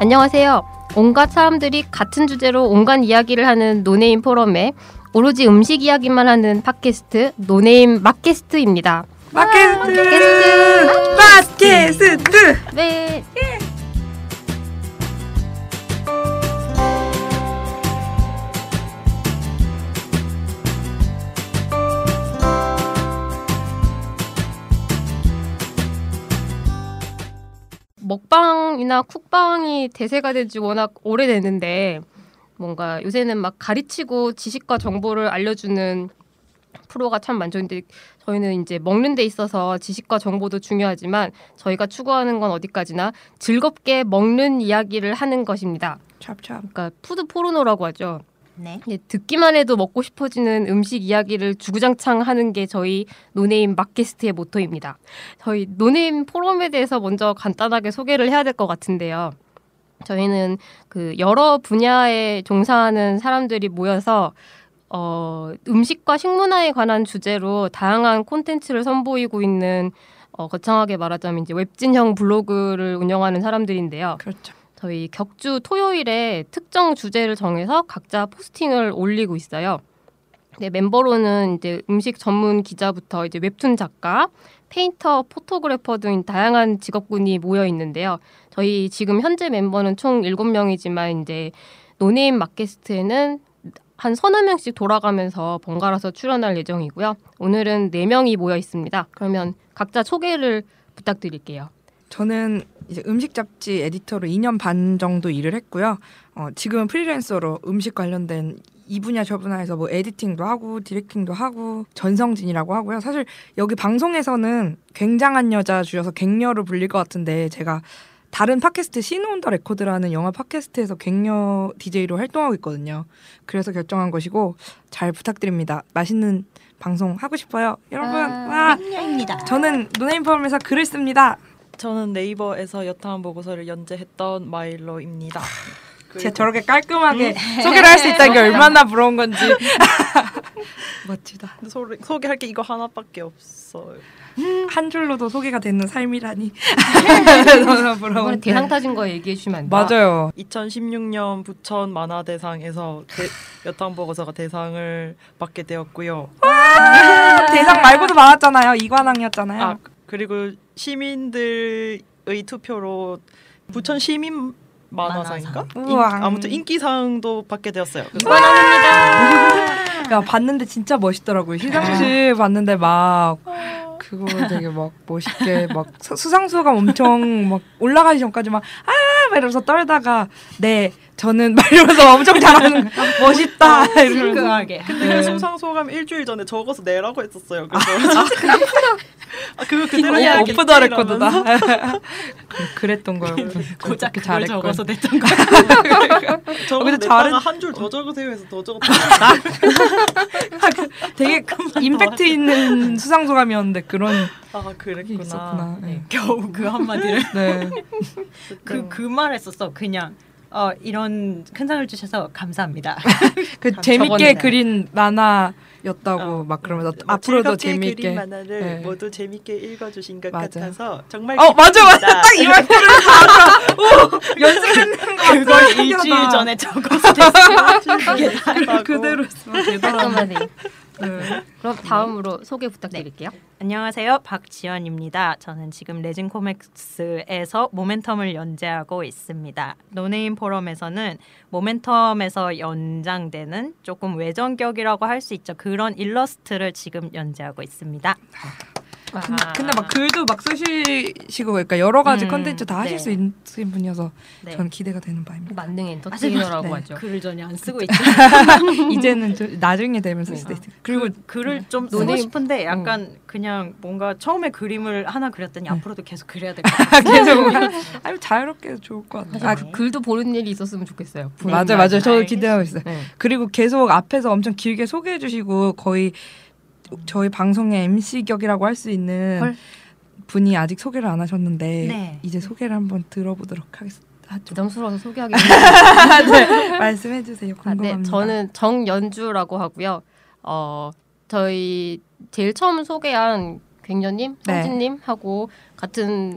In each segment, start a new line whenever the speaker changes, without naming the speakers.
안녕하세요. 온갖 사람들이 같은 주제로 온갖 이야기를 하는 노네임 포럼에 오로지 음식 이야기만 하는 팟캐스트 노네임 마캐스트입니다.
마케트 마케스트
네. 먹방이나 쿡방이 대세가 된 지 워낙 오래됐는데 뭔가 요새는 막 가르치고 지식과 정보를 알려주는 프로가 참 많죠. 근데 저희는 이제 먹는 데 있어서 지식과 정보도 중요하지만 저희가 추구하는 건 어디까지나 즐겁게 먹는 이야기를 하는 것입니다.
찹찹
그러니까 푸드 포르노라고 하죠.
네.
이제 예, 듣기만 해도 먹고 싶어지는 음식 이야기를 주구장창 하는 게 저희 노네임 마켓스트의 모토입니다. 저희 노네임 포럼에 대해서 먼저 간단하게 소개를 해야 될 것 같은데요. 저희는 그 여러 분야에 종사하는 사람들이 모여서 어, 음식과 식문화에 관한 주제로 다양한 콘텐츠를 선보이고 있는 어, 거창하게 말하자면 이제 웹진형 블로그를 운영하는 사람들인데요.
그렇죠
저희 격주 토요일에 특정 주제를 정해서 각자 포스팅을 올리고 있어요. 네, 멤버로는 이제 음식 전문 기자부터 이제 웹툰 작가, 페인터, 포토그래퍼 등 다양한 직업군이 모여 있는데요. 저희 지금 현재 멤버는 총 7명이지만 이제 노네임 마켓스트에는 한 서너 명씩 돌아가면서 번갈아서 출연할 예정이고요. 오늘은 4명이 모여 있습니다. 그러면 각자 소개를 부탁드릴게요.
저는 이제 음식 잡지 에디터로 2년 반 정도 일을 했고요 어, 지금은 프리랜서로 음식 관련된 이 분야 저 분야에서 뭐 에디팅도 하고 디렉팅도 하고 전성진이라고 하고요 사실 여기 방송에서는 굉장한 여자 줄여서 갱녀로 불릴 것 같은데 제가 다른 팟캐스트 신 온더 레코드라는 영화 팟캐스트에서 갱녀 DJ로 활동하고 있거든요. 그래서 결정한 것이고 잘 부탁드립니다. 맛있는 방송 하고 싶어요. 여러분.
와.
아,
와.
땡녀입니다.
저는 노네임 포럼에서 글을 씁니다.
저는 네이버에서 여타한 보고서를 연재했던 마일로입니다.
진짜 저렇게 음? 깔끔하게 소개를 할 수 있다는 게 얼마나 부러운 건지. 멋지다.
근데 소, 소개할 게 이거 하나밖에 없어요.
한 줄로도 소개가 되는 삶이라니. 너무
이번에
부러운.
대상 타진 거 얘기해 주시면 안 돼요?
네. 맞아요.
2016년 부천 만화 대상에서 대, 여타한 보고서가 대상을 받게 되었고요.
대상 말고도 많았잖아요. 이관왕이었잖아요.
아 그리고 시민들의 투표로 부천 시민 만화상인가?
만화상.
인,
우와.
아무튼 인기상도 받게 되었어요. 그래서
야 그러니까 봤는데 진짜 멋있더라고요. 시상식 봤는데 막 그거 되게 막 멋있게 막 수- 수상소감 엄청 막 올라가기 전까지 막 아 막 이러면서 떨다가 네 저는 막 이러면서 엄청 잘하는 거예요. 멋있다 이러면서 네. 어,
근데 수상 소감 일주일 전에 적어서 내라고 했었어요. 아, 그래서 아, 그거 그대로
어,
해야겠지.
오프 더
이러면서.
레코드다. 그- 그랬던 거예요.
고작
그렇게
그걸
잘했군.
적어서 냈던 거.
저거
근데
아, 근데 잘
잘은-
한줄 더 적으세요 해서 더 적었다.
아, 그 되게 임팩트 있는 수상소감이었는데 그런
아
게
그랬구나.
있었구나. 네.
겨우 그 한마디를.
네.
그 그 말했었어. 그냥 어 이런 큰 상을 주셔서 감사합니다.
그
감-
재밌게
적었네.
그린 만화였다고
어.
막 그러면서
뭐
앞으로도
즐겁게
재밌게
그린 만화를
네.
모두 재밌게 읽어주신 것
맞아.
같아서 정말
어 맞아 맞아
기쁩니다.
딱 이말 들으면 알아. 오 연습했는 거
그걸 일주일 전에 적어서 냈어.
그게 다라고. 아.
그대로 했어. 대단하네.
깔끔하네.
네.
그럼 다음으로 소개 부탁드릴게요.
안녕하세요. 박지연입니다. 저는 지금 레진 코믹스에서 모멘텀을 연재하고 있습니다. 노네임 포럼에서는 모멘텀에서 연장되는 조금 외전격이라고 할 수 있죠. 그런 일러스트를 지금 연재하고 있습니다.
아, 근데 막 글도 막 쓰시고 그러니까 여러 가지
음,
컨텐츠 다 하실
네.
수 있는 분이어서
네.
저는 기대가 되는 바입니다.
만능 엔터테이너라고
네.
하죠.
글을 전혀 안 쓰고 있죠.
이제는 좀 나중에 되면
네.
쓸 수도 있어. 그리고 음.
글을 좀
논의-
쓰고 싶은데 약간 그냥 뭔가 처음에 그림을 하나 그렸더니
음.
앞으로도 계속 그려야 될 것 같아요.
계속 아유 자유롭게 좋을 것 같아요. 그,
아, 그 글도 보는 일이 있었으면 좋겠어요. 보는
네,
맞아
날.
맞아 저도 기대하고 있어요.
네.
그리고 계속 앞에서 엄청 길게 소개해 주시고 거의 저희 방송의 MC 격이라고 할 수 있는
헐.
분이 아직 소개를 안 하셨는데
네.
이제 소개를 한번 들어보도록 하겠습니다. 아, 좀
부담스러워서 소개하기 힘들어요.
말씀해 주세요.
아,
궁금합니다.
네, 저는 정연주라고 하고요. 어, 저희 제일 처음 소개한 갱년님,
네.
성진님하고 같은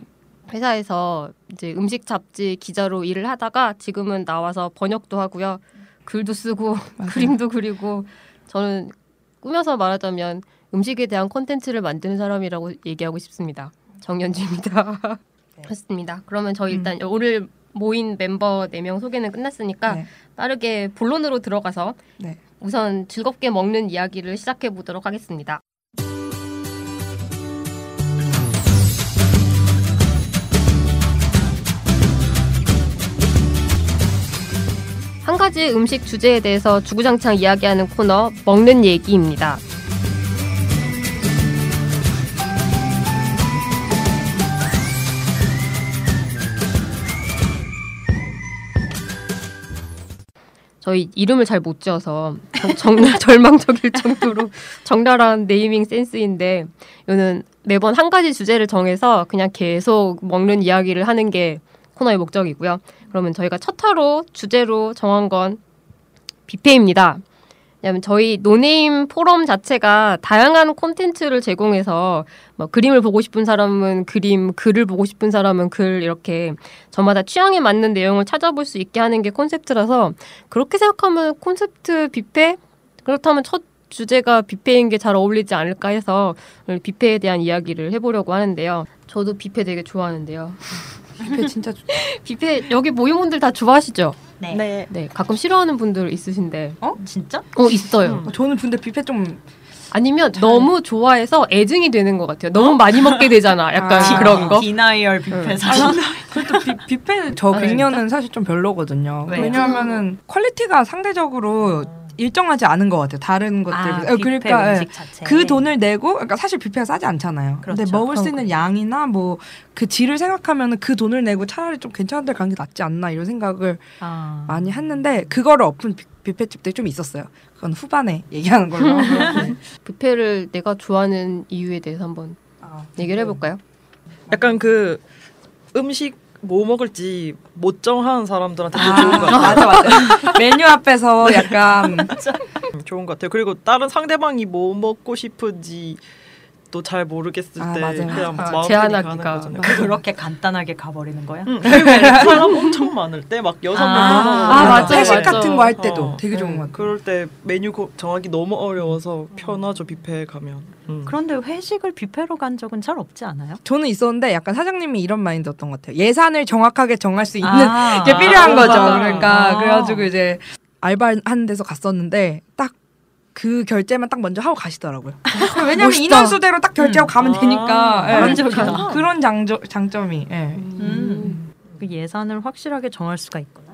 회사에서 이제 음식 잡지 기자로 일을 하다가 지금은 나와서 번역도 하고요. 글도 쓰고
맞아요.
그림도 그리고 저는 꾸며서 말하자면 음식에 대한 콘텐츠를 만드는 사람이라고 얘기하고 싶습니다. 정연주입니다. 그렇습니다. 그러면 저희
음.
일단 오늘 모인 멤버 네 명 소개는 끝났으니까
네.
빠르게 본론으로 들어가서
네.
우선 즐겁게 먹는 이야기를 시작해 보도록 하겠습니다. 한 가지 음식 주제에 대해서 주구장창 이야기하는 코너 먹는 얘기입니다. 저희 이름을 잘 못 지어서 정말 절망적일 정도로 적나라한 네이밍 센스인데 이는 매번 한 가지 주제를 정해서 그냥 계속 먹는 이야기를 하는 게 코너의 목적이고요. 그러면 저희가 첫 화로 주제로 정한 건 뷔페입니다. 왜냐하면 저희 노네임 포럼 자체가 다양한 콘텐츠를 제공해서 뭐 그림을 보고 싶은 사람은 그림, 글을 보고 싶은 사람은 글 이렇게 저마다 취향에 맞는 내용을 찾아볼 수 있게 하는 게 콘셉트라서 그렇게 생각하면 콘셉트 뷔페 그렇다면 첫 주제가 뷔페인 게 잘 어울리지 않을까 해서 오늘 뷔페에 대한 이야기를 해보려고 하는데요. 저도 뷔페 되게 좋아하는데요.
뷔페 진짜 좋-
뷔페 여기 모인 분들 다 좋아하시죠?
네.
네.
네, 가끔 싫어하는 분들 있으신데,
진짜?
어 있어요.
음.
저는 근데 뷔페 좀
아니면 너무 좋아해서 애증이 되는 것 같아요. 너무 많이 먹게 되잖아. 약간
아.
그런 거.
디나이얼
응.
뷔페 사람.
그래도 뷔- 뷔페 저
아,
빅년은 사실 좀 별로거든요.
왜요?
왜냐하면은 퀄리티가 상대적으로 일정하지 않은 것 같아요. 다른 것들
아,
에,
뷔페
그러니까 예.
음식 자체.
그 돈을 내고 그러니까 사실 뷔페가 싸지 않잖아요. 근데
네. 그렇죠.
먹을 수
그럼
있는
그래요.
양이나 뭐 그 질을 생각하면은 그 돈을 내고 차라리 좀 괜찮은 데 가는 게 낫지 않나 이런 생각을
아.
많이 했는데 그거를 엎은 뷔- 뷔페집들이 좀 있었어요. 그건 후반에 얘기하는 걸로. 하고. 네.
뷔페를 내가 좋아하는 이유에 대해서 한번
아,
네. 얘기를 해볼까요?
약간 그 음식 뭐 먹을지 못 정하는 사람들한테 되게 좋은 것
아,
같아요.
맞아 맞아. 메뉴 앞에서 약간
좋은 것 같아요. 그리고 다른 상대방이 뭐 먹고 싶은지 도 잘 모르겠을
아,
때
맞아요.
그냥
아,
마음
제안하기가.
편히 가는 거잖아요.
맞아.
그렇게 간단하게 가버리는
음.
거야?
응, 그리고 뭐 사람 엄청 많을 때 막 여섯
아.
명
아,
여섯
아,
명
맞아요,
회식
맞아요.
같은 거 할 때도
어.
되게 좋은
음,
것 같아요.
그럴 때 메뉴 고- 정하기 너무 어려워서 편하죠 뷔페에 가면. 음.
그런데 회식을 뷔페로 간 적은 잘 없지 않아요?
저는 있었는데 약간 사장님이 이런 마인드였던 것 같아요. 예산을 정확하게 정할 수 있는
아.
게 필요한
아,
거죠.
아,
그러니까
아.
그래가지고 이제 알바하는 데서 갔었는데 딱 그 결제만 딱 먼저 하고 가시더라고요. 왜냐면
멋있다.
인원수대로 딱 결제하고 가면
아,
되니까 예.
바람직하다.
음. 그런 장점 장점이 예.
음. 그 예산을 확실하게 정할 수가 있구나.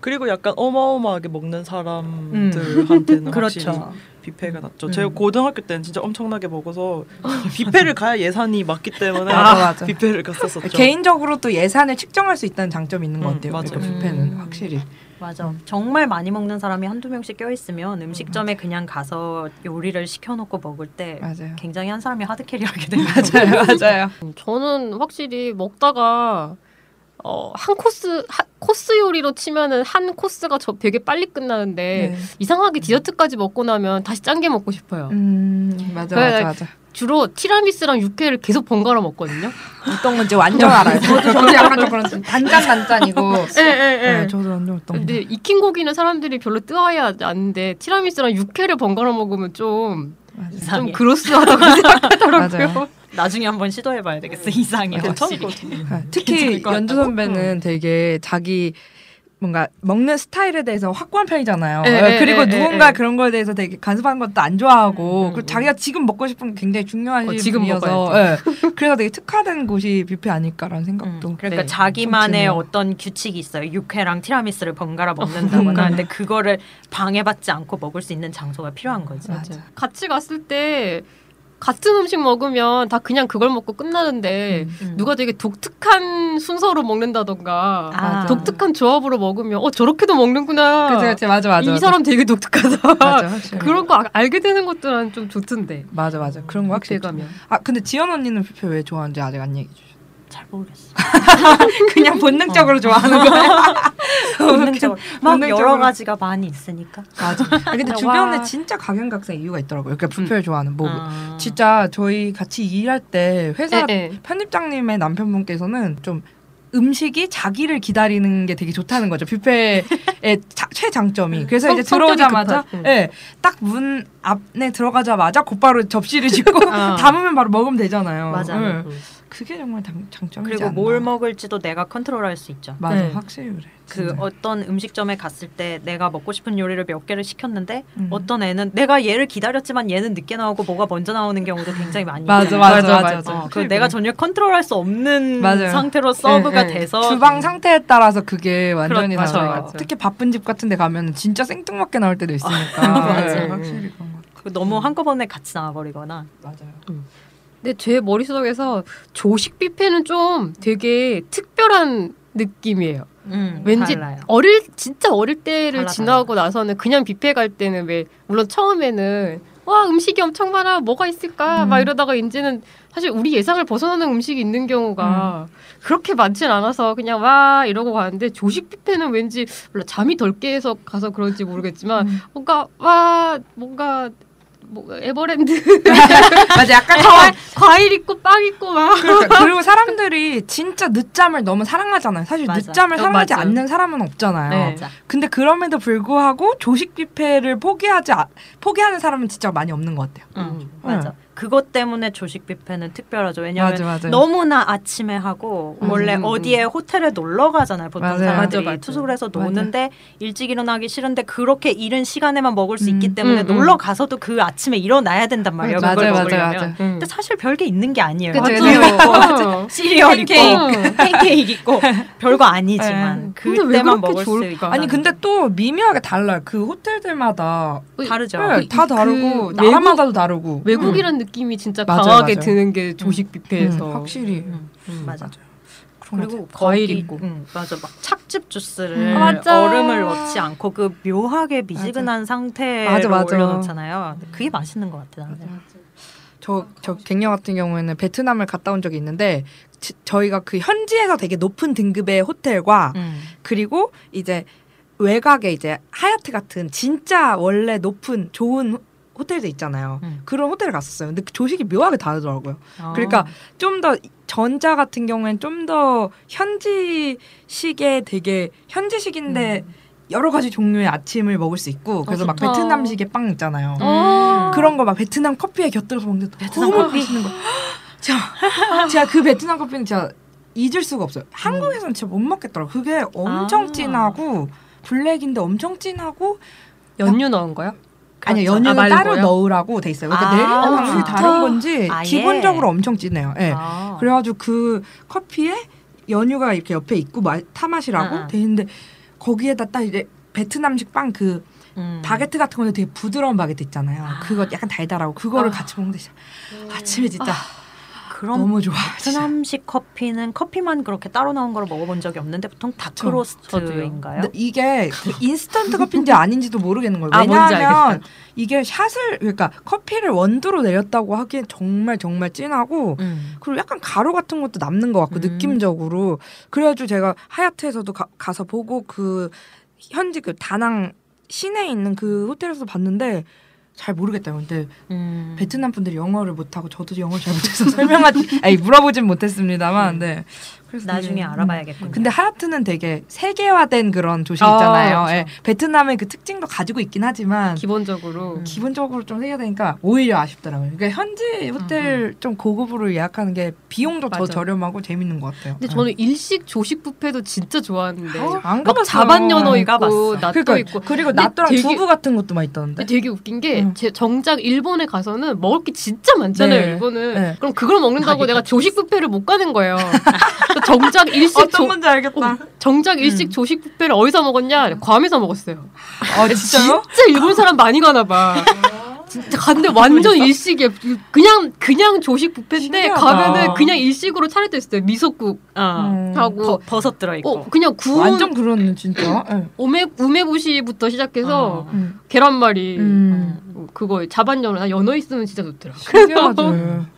그리고 약간 어마어마하게 먹는 사람들한테는 확실히
그렇죠.
뷔페가 낫죠.
음.
제가 고등학교 때는 진짜 엄청나게 먹어서 뷔페를 가야 예산이 맞기 때문에
맞아, 맞아.
뷔페를 갔었었죠.
개인적으로 또 예산을 측정할 수 있다는 장점이 있는 것
음,
같아요.
맞아요.
그러니까 뷔페는
음.
확실히
맞아. 정말 많이 먹는 사람이 한두 명씩 껴있으면 음식점에 그냥 가서 요리를 시켜놓고 먹을 때
맞아요.
굉장히 한 사람이 하드캐리하게 되는
맞아요, 맞아요.
저는 확실히 먹다가 어, 한 코스 한 코스 요리로 치면은 한 코스가 저 되게 빨리 끝나는데
네.
이상하게 디저트까지 먹고 나면 다시 짠 게 먹고 싶어요.
음, 맞아,
그래,
맞아, 맞아.
주로 티라미수랑 육회를 계속 번갈아 먹거든요.
어떤 건지 완전 알아요. 저도, 저도 약간 좀 그런 단짠 단짠이고.
예, 예,
네, 저도 완전 어떤
근데 익힌 고기는 사람들이 별로 뜨아야 하지 않는데 티라미수랑 육회를 번갈아 먹으면 좀 좀
맞아요.
이상해.
그로스하다고
맞아요.
생각하더라고요.
나중에 한번 시도해봐야 되겠어. 이상해.
괜찮을
확실히.
것 같아요.
네, 특히
괜찮을 것
연주
같다고?
선배는 되게 자기 뭔가 먹는 스타일에 대해서 확고한 편이잖아요.
예,
네,
예,
그리고
예,
누군가
예.
그런 거에 대해서 되게 간섭하는 것도 안 좋아하고
음,
그리고
음.
자기가 지금 먹고 싶은 게 굉장히 중요한
어, 지금
분이어서 예. 그래서 되게 특화된 곳이 뷔페 아닐까라는 생각도.
음, 그러니까
네,
자기만의
좀 드네요.
어떤 규칙이 있어요. 육회랑 티라미수를 번갈아 먹는다거나. 근데 그거를 방해받지 않고 먹을 수 있는 장소가 필요한 거지.
맞아.
같이 갔을 때 같은 음식 먹으면 다 그냥 그걸 먹고 끝나는데
음.
누가 되게 독특한 순서로 먹는다던가
아,
맞아.
독특
독특한 조합으로 먹으면 어 저렇게도 먹는구나.
그치, 그치, 맞아, 맞아.
이 사람 되게 독특하다.
맞아, 확실히.
그런 거 아- 알게 되는 것들은 좀 좋던데.
맞아, 맞아. 그런 거 확실히.
뷔페 가면.
아 근데 지연 언니는 뷔페 왜 좋아하는지 아직 안 얘기해 주셨어.
잘 모르겠어.
그냥 본능적으로 좋아하는 거야.
본능적으로 막
본능적으로.
여러 가지가 많이 있으니까.
맞아. 아, 근데
와.
주변에 진짜 각양각색 이유가 있더라고요. 그러니까 부표를 좋아하는 뭐
아.
진짜 저희 같이 일할 때 회사
네,
예, 예.
편집장님의 남편분께서는 좀 음식이 자기를 기다리는 게 되게 좋다는 거죠. 뷔페의 자-
음,
최장점이. 그래서
성-
이제
성격이
들어오자마자
급한, 응.
예, 딱 문 앞에 들어가자마자 곧바로 접시를 짚고
어.
담으면 바로 먹으면 되잖아요.
맞아.
예.
음.
그게 정말 장, 장점이지
그리고
않나.
뭘 먹을지도 내가 컨트롤할 수 있죠.
음. 맞아.
네.
확실히 그래.
그
진짜.
어떤 음식점에 갔을 때 내가 먹고 싶은 요리를 몇 개를 시켰는데
음.
어떤 애는 내가 얘를 기다렸지만 얘는 늦게 나오고 뭐가 먼저 나오는 경우도 굉장히 많이
맞아,
있잖아요.
맞아,
맞아,
맞아.
맞아.
어,
맞아.
그 내가 전혀 컨트롤할 수 없는
맞아요.
상태로 서브가
예, 예.
돼서
주방 상태에 따라서 그게 완전히
그렇- 그렇죠. 맞아요,
달라요.
맞아요.
특히 바쁜 집 같은 데 가면 진짜 생뚱맞게 나올 때도 있으니까.
맞아요. 음.
예, 확실히 그런 것
그 너무 한꺼번에 같이 나와버리거나
같아요. 맞아요.
근데 제 머릿속에서 조식 뷔페는 좀 되게 특별한 느낌이에요.
음,
왠지
달라요.
어릴 진짜 어릴 때를
달라,
지나고 나서는 그냥 뷔페 갈 때는 왜 물론 처음에는 와 음식이 엄청 많아 뭐가 있을까
음.
막 이러다가 이제는 사실 우리 예상을 벗어나는 음식이 있는 경우가 그렇게 많진 않아서 그냥 와 이러고 가는데 조식 뷔페는 왠지 몰라 잠이 덜 깨서 가서 그런지 모르겠지만
음.
뭔가 와 뭔가 뭐 에버랜드
맞아. 약간
과일, 과일 있고 빵 있고 막
어, 그러니까 그리고 사람들이 진짜 늦잠을 너무 사랑하잖아요. 사실
맞아.
늦잠을
어,
사랑하지
맞아.
않는 사람은 없잖아요.
네.
맞아.
근데 그럼에도 불구하고 조식 뷔페를 포기하지 아- 포기하는 사람은 진짜 많이 없는 것 같아요.
음, 맞아. 그것 때문에 조식 뷔페는 특별하죠. 왜냐하면
맞아, 맞아.
너무나 아침에 하고
음,
원래
음,
어디에 호텔에 놀러 가잖아요. 보통
맞아요.
사람들이
맞아, 맞아.
투숙을 해서
맞아.
노는데 일찍 일어나기 싫은데 그렇게 이른 시간에만 먹을 수 있기
음,
때문에
음,
놀러
음.
가서도 그 아침에 일어나야 된단 말이에요.
맞아요,
그걸
맞아요,
먹으려면.
맞아요.
음.
근데 사실 별게 있는 게 아니에요.
그쵸,
우유
그쵸.
있고
맞아.
시리얼 있고 그
팬케이크.
팬케이크 있고 별거 아니지만
네.
근데 왜 그렇게
그때만 먹을 수 그렇죠.
좋을까?
있고
아니 근데 또 미묘하게 달라요. 그 호텔들마다
다르죠.
네, 다
그
다르고
외국-
나라마다도 다르고
외국이란 느낌이 진짜
맞아요,
강하게
맞아요.
드는 게 조식
음,
뷔페에서
확실히
음,
음.
맞아.
그런 것
그리고
과일
거기-
있고.
음, 맞아 막 착즙 주스를
음. 맞아.
얼음을 넣지 않고 그 묘하게 미지근한 상태로
맞아, 맞아.
올려놓잖아요. 근데 그게 맛있는 것 같아 나는.
저, 저 갱녀 같은 경우에는 베트남을 갔다 온 적이 있는데 지- 저희가 그 현지에서 되게 높은 등급의 호텔과
음.
그리고 이제 외곽에 이제 하얏트 같은 진짜 원래 높은 좋은 호- 호텔도 있잖아요.
음.
그런 호텔을 갔었어요. 근데 그 조식이 묘하게 다르더라고요.
어.
그러니까 좀 더 전자 같은 경우엔 좀 더 현지식에 되게 현지식인데 여러 가지 종류의 아침을 먹을 수 있고 그래서 막
좋다.
베트남식의 빵 있잖아요.
음.
어.
음. 그런 거 막 베트남 커피에 곁들여서 먹는데
베트남
너무
커피?
맛있는 거. 제가 제가 그 베트남 커피는 제가 잊을 수가 없어요. 한국에서는 진짜 못 먹겠더라고. 그게 엄청
아.
진하고 블랙인데 엄청 진하고
연유 넣은 거야?
아니
그렇죠.
연유는
아,
따로
말고요?
넣으라고 돼 있어요. 그러니까
아,
내리는 방식이
좋다.
다른 건지
아예.
기본적으로 엄청 진해요. 예.
아.
그래가지고 그 커피에 연유가 이렇게 옆에 있고 마, 타맛이라고
아, 아.
돼 있는데 거기에다 딱 이제 베트남식 빵 그
음.
바게트 같은 거는 되게 부드러운 바게트 있잖아요. 그거 약간 달달하고
아.
그거를 같이 먹는데 진짜
음.
아침에 진짜
그럼
너무 좋아. 진짜.
베트남식 커피는 커피만 그렇게 따로 나온 걸 먹어본 적이 없는데 보통 다크로스트인가요?
근데 이게 그 인스턴트 커피인지 아닌지도 모르겠는 거예요.
아, 뭔지
왜냐하면
알겠어요.
이게 샷을 그러니까 커피를 원두로 내렸다고 하기엔 정말 정말 진하고
음.
그리고 약간 가루 같은 것도 남는 것 같고
음.
느낌적으로 그래가지고 제가 하얏트에서도 가, 가서 보고 그 현지 그 다낭 시내에 있는 그 호텔에서 봤는데 잘 모르겠다. 근데
음.
베트남 분들이 영어를 못하고 저도 영어를 잘 못해서 설명하지 아니 물어보진 못했습니다만
음.
네 그래서
나중에
되게, 음.
알아봐야겠군요.
근데 하얏트는 되게 세계화된 그런 도시
아,
있잖아요
그렇죠.
예, 베트남의 그 특징도 가지고 있긴 하지만
기본적으로
음.
기본적으로 좀 세계화되니까 오히려 아쉽더라고요 그러니까 현지 호텔 좀 고급으로 예약하는 게 비용도 더
음, 맞아.
저렴하고 재밌는 것 같아요
근데
예.
저는 일식 조식 뷔페도 진짜 좋아하는데
어, 안
막
가봤어요.
자반 연어
안
있고
가봤어.
낫도
그러니까
있고
그리고
근데
나또랑
되게-
두부 같은 것도 많이 있다는데
근데 되게 웃긴 게
응.
제 정작 일본에 가서는 먹을 게 진짜 많잖아요
네.
일본은
네.
그럼 그걸 먹는다고
하긴
내가 조식 뷔페를 못 가는 거예요 그래서 정작
어,
일식 조,
건지 알겠다
정작 일식 조식 뷔페를 어디서 먹었냐 괌에서 먹었어요
아 진짜요? 아,
진짜 일본 사람 많이 가나 봐 진짜 갔는데 완전 일식이에요 그냥 그냥 조식 뷔페인데
신기하다.
가면은 그냥 일식으로 차려져 있어요 미소국
어.
음.
하고
버, 버섯 들어 있고.
어 그냥 아, 구운
완전 그러네 진짜 예.
오메 우메보시부터 시작해서
어.
음.
계란말이
음.
음.
뭐 그걸 자반 연어 나 연어 있으면 진짜 좋더라.
신기하지.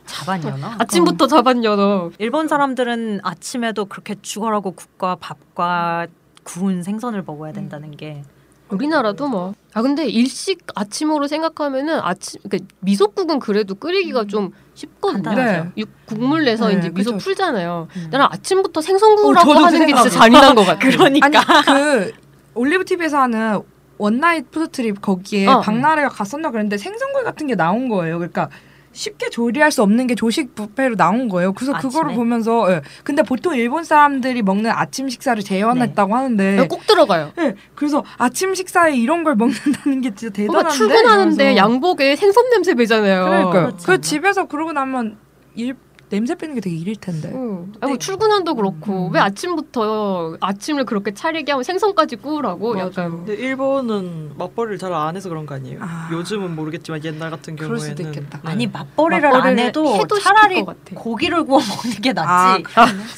자반 연어.
아침부터 자반 연어.
일본 사람들은 아침에도 그렇게 죽어라고 국과 밥과 구운 생선을 먹어야 된다는 게
우리나라도 뭐. 아 근데 일식 아침으로 생각하면은 아침 그러니까 미소국은 그래도 끓이기가 좀 쉽거든요.
간단하죠.
음. 네.
육- 국물 내서
네,
이제 미소
그죠.
풀잖아요.
음.
나는 아침부터 생선구라고
어, 저도 네.
하는 게 진짜
생각해.
잔인한 것 같아요.
아니
그러니까
그 올리브 TV에서 하는 원나잇 푸드트립 거기에
어.
박나래가 갔었나 그랬는데 생선구이 같은 게 나온 거예요. 그러니까 쉽게 조리할 수 없는 게 조식 뷔페로 나온 거예요. 그래서
아침에?
그거를 보면서 예. 근데 보통 일본 사람들이 먹는 아침 식사를 재현했다고 하는데
꼭 들어가요.
예. 그래서 아침 식사에 이런 걸 먹는다는 게 진짜
뭔가
대단한데.
출근하는데
이러면서.
양복에 생선 냄새 배잖아요.
그러니까요.
그렇지 않나?
그 집에서 그러고 나면 일 냄새 빼는 게 되게 일일 텐데.
응. 아니, 뭐 출근한도 그렇고
음.
왜 아침부터 아침을 그렇게 차리게 하면 생선까지 구우라고
맞아요.
약간
근데 일본은 맞벌이를 잘 안 해서 그런 거 아니에요?
아.
요즘은 모르겠지만 옛날 같은 경우에는 네.
그럴 수도 있겠다.
음.
아니 맞벌이를, 안
맛벌이를
해도
해도 시킬
차라리
것 같아.
고기를 구워 먹는 게 낫지.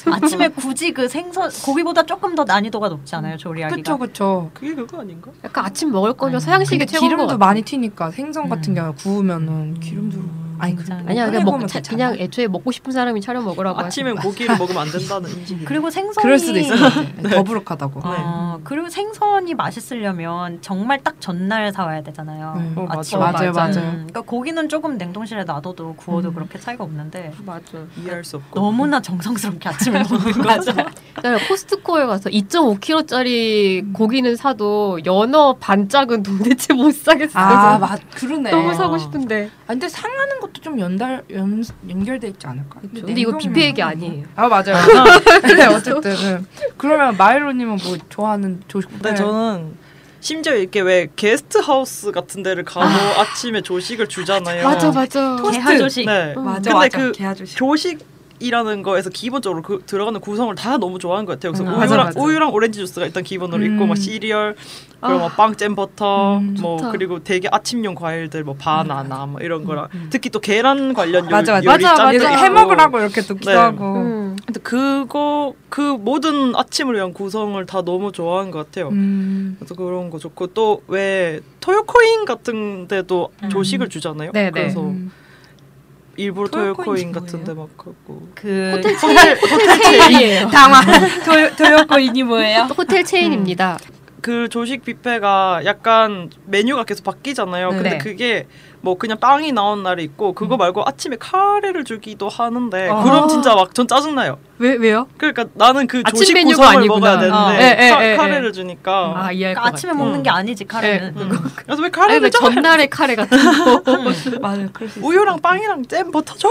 음.
아침에
음.
굳이 그 생선 고기보다 조금 더 난이도가 높지 않아요 조리하기가.
그쵸 그쵸.
그게 그거 아닌가?
약간 아침 먹을 거면
아니,
서양식이 최고인 것
기름도
같아.
많이 튀니까 생선
음.
같은 경우 구우면은 기름도
음.
아니 그
괜찮아요.
아니야 그냥
끓이고
먹
하면
자,
되잖아.
그냥 애초에 먹고 싶은 사람이 차려 먹으라고
아침엔
하지.
고기를 먹으면 안 된다는 인식이.
그리고 생선이
그럴 수도 있을 것 같아. 네. 더부룩하다고.
어, 그리고 생선이 맛있으려면 정말 딱 전날 사와야 되잖아요.
음.
어,
아침에.
맞아요,
맞아요.
음, 그러니까 고기는 조금 냉동실에 놔둬도 구워도
음.
그렇게 차이가 없는데
맞아.
이해할 수 없고.
너무나 정성스럽게 아침에 먹는 거죠.
그냥 코스트코에 가서 2.5kg짜리 고기는 사도 연어 반짝은 도대체 못 사겠어.
아, 맞 그러네.
너무 사고 싶은데.
아, 근데 상하는 것도 좀 연달 연 연결돼 있지 않을까?
근데 이거
냉동이면-
뷔페 얘기 아니에요. 어.
아 맞아요. 근데 어쨌든 응. 그러면 마일로님은 뭐 좋아하는 조식?
근데 네, 저는 심지어 이렇게 왜 게스트 하우스 같은 데를 가도 아침에 조식을 주잖아요.
맞아 맞아.
개화 조식.
네.
음.
네. 맞아
근데
맞아.
그
개 아저씨.
조식이라는 거에서 기본적으로 그 들어가는 구성을 다 너무 좋아하는 것 같아요. 그래서
음.
우유랑
맞아, 맞아.
우유랑 오렌지 주스가 일단 기본으로 있고
음.
막 시리얼,
아.
그리고 막 빵잼 버터,
음,
뭐
좋다.
그리고 되게 아침용 과일들 뭐 바나나 뭐 이런 거랑 특히 또 계란 관련 요,
음, 맞아 맞아.
요리
맞아
짠도
맞아.
있고.
해먹으라고 이렇게 또
네.
기도하고.
음.
근데 그거 그 모든 아침을 위한 구성을 다 너무 좋아하는 것 같아요.
음.
그래서 그런 거 좋고 또 왜 토요코인 같은 데도
음.
조식을 주잖아요.
네, 네.
그래서
음.
일부러
토요코인이
토요코인 같은 데막 하고
그
호텔 체인 호텔 체인이에요.
당황. 도요 도요코인이 뭐예요?
호텔 체인입니다.
그 조식 뷔페가 약간 메뉴가 계속 바뀌잖아요.
네.
근데
네. 음.
그게 뭐 그냥 빵이 나온 날이 있고 그거 말고 아침에 카레를 주기도 하는데
아.
그럼 진짜 막 전 짜증나요.
왜 왜요?
그러니까 나는 그
아침
조식
메뉴가
구성을
아니구나.
먹어야 되는데
어.
예, 예,
카,
예,
레를 주니까
아 이해할 것
그러니까 아침에
같아.
먹는
음.
게 아니지 카레는.
음. 그래서
아니
왜
왜
카레를 줘?
전날에 카레 같은 거
음.
맞아. 그럴 수 있어.
우유랑 빵이랑 잼 버터 줘?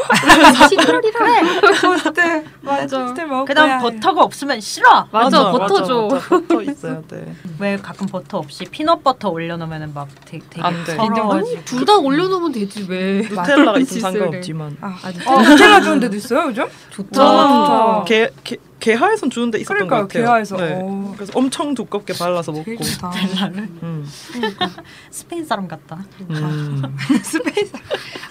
시트롤이랑
토스트
맞아.
네, 맞아. 토스트 먹고.
그다음 버터가 없으면 싫어.
맞아, 버터 줘. 아, 네.
맞아, 버터 있어야 돼.
왜 가끔 버터 없이 피넛 버터 올려놓으면 막 되게, 되게
안 돼.
서러워지고.
어, 둘 다 올려놓으면 되지 왜?
누텔라가 있으면
시스루.
상관없지만
아, 어, 누텔라 주는 데도 있어요 요즘?
저는
좋다.
개, 개, 개하에선 주는데 있었던
아. 그러니까요,
것 같아요.
개화에서. 오.
네. 그래서 엄청 두껍게 발라서 먹고.
되게 좋다.
음.
스페인 사람 같다.
아.
음.
스페이스.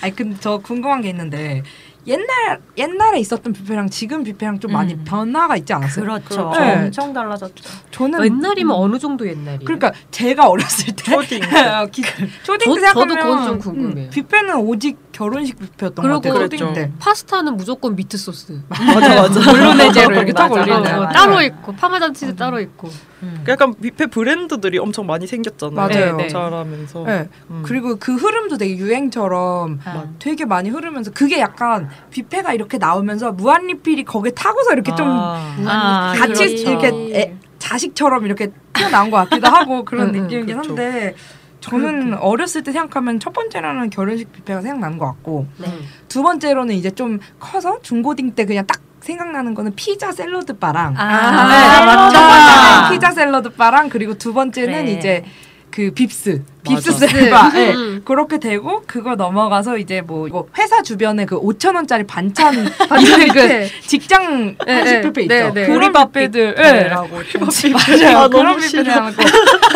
아니 근데 저 궁금한 게 있는데 옛날 옛날에 있었던 뷔페랑 지금 뷔페랑 좀 많이
음.
변화가 있지 않았어요?
그렇죠.
네.
엄청 달라졌죠.
저는
옛날이면 어느 정도 옛날이에요?
그러니까 제가 어렸을 때
초딩 때.
어, 기- 초딩
저-
때
저도
생각하면
그건 좀 궁금해요.
음, 뷔페는 오직 결혼식 뷔페였던
그렇죠.
것 같아요.
그러고
초딩 때.
파스타는 무조건 미트 소스.
맞아 맞아.
물로네제로 이렇게
맞아,
딱
맞아,
올리는.
맞아.
어, 따로 있고 파마산 치즈 따로 있고.
음.
약간 뷔페 브랜드들이 엄청 많이 생겼잖아요.
맞아요.
네, 네.
잘하면서.
네.
음.
그리고 그 흐름도 되게 유행처럼 되게 많이 흐르면서 그게 약간 뷔페가 이렇게 나오면서 무한 리필이 거기에 타고서 이렇게 좀
아.
아,
같이
그렇죠.
이렇게 애- 자식처럼 이렇게 튀어나온 것 같기도 하고 그런
응, 응,
느낌이긴
그렇죠.
한데 저는 어렸을 때 생각하면 첫 번째로는 결혼식 뷔페가 생각나는 것 같고
네.
두 번째로는 이제 좀 커서 중고딩 때 그냥 딱 생각나는 거는 피자 샐러드 바랑
네,
아, 맞다.
첫 번째는 피자 샐러드 바랑 그리고 두 번째는
그래.
이제 그 빕스 빕스
맞아.
셀바 예.
음.
그렇게 되고 그거 넘어가서 이제 뭐 이거 회사 주변에 그 5천 원짜리 반찬 이런 그 직장
네,
한식
네.
뷔페
네,
있죠
네.
보리밥 뷔페들 예.
라고 좀
맞아요.
아,
그런
너무
뷔페들
싫어.
하고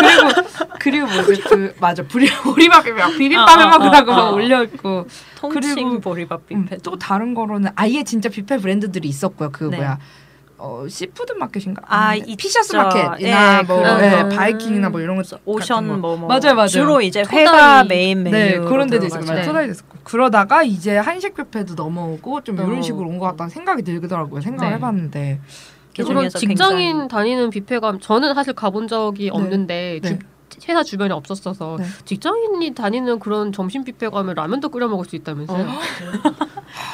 그리고 그리고 뭐지 그 맞아 부리 보리밥 뷔페 막 비빔밥에
아,
막
아,
그러고
아, 아.
막 올려 있고
통칭
그리고-
보리밥
음,
뷔페
또 다른 거로는 아예 진짜 뷔페 브랜드들이 있었고요 그
네.
뭐야 어, 시푸드 마켓인가?
아,
아닌데.
있죠.
피셔스 마켓이나
예,
뭐
그런 음,
예,
거.
바이킹이나 뭐 이런 것
오션
같은 거.
뭐뭐
맞아요, 맞아요.
주로 이제
토다이.
회가 메인 메뉴
네 그런 데도 있었고
들어가죠.
토다이 됐었고 그러다가 이제 한식 뷔페도 넘어오고 좀 이런
넘어오고.
식으로 온 것 같다는 생각이 들더라고요 생각을
네.
해봤는데
그런
중에서
직장인
굉장히-
다니는 뷔페가 저는 사실 가본 적이 없는데
네.
주- 회사 주변에 없었어서
네.
직장인이 다니는 그런 점심 뷔페 가면 라면도 끓여 먹을 수 있다면서요.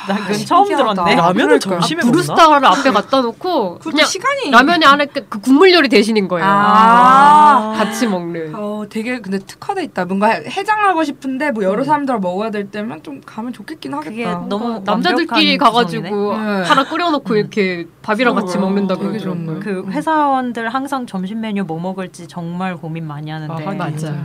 나 그건 아, 처음
아, 신기하다.
들었네.
라-
라면을
그럴까요?
아,
점심에 먹나?
브루스타를 앞에 갖다 놓고
그냥
그냥
시간이
라면에 안에 그, 그 국물 요리 대신인 거예요.
아.
같이 먹는.
어 되게 근데 특화돼 있다 뭔가 해장하고 싶은데 뭐 여러
음.
사람들하고 먹어야 될 때면 좀 가면 좋겠긴 하겠다
그게 너무
남자들끼리
완벽한 구성이네.
가가지고
구성이네. 네.
하나 끓여놓고 이렇게 밥이랑 같이
어,
먹는다
되게
그러더라고요.
좋네요.
그 회사원들 항상 점심 메뉴 뭐 먹을지 정말 고민 많이 하는데
아,
맞아.
네.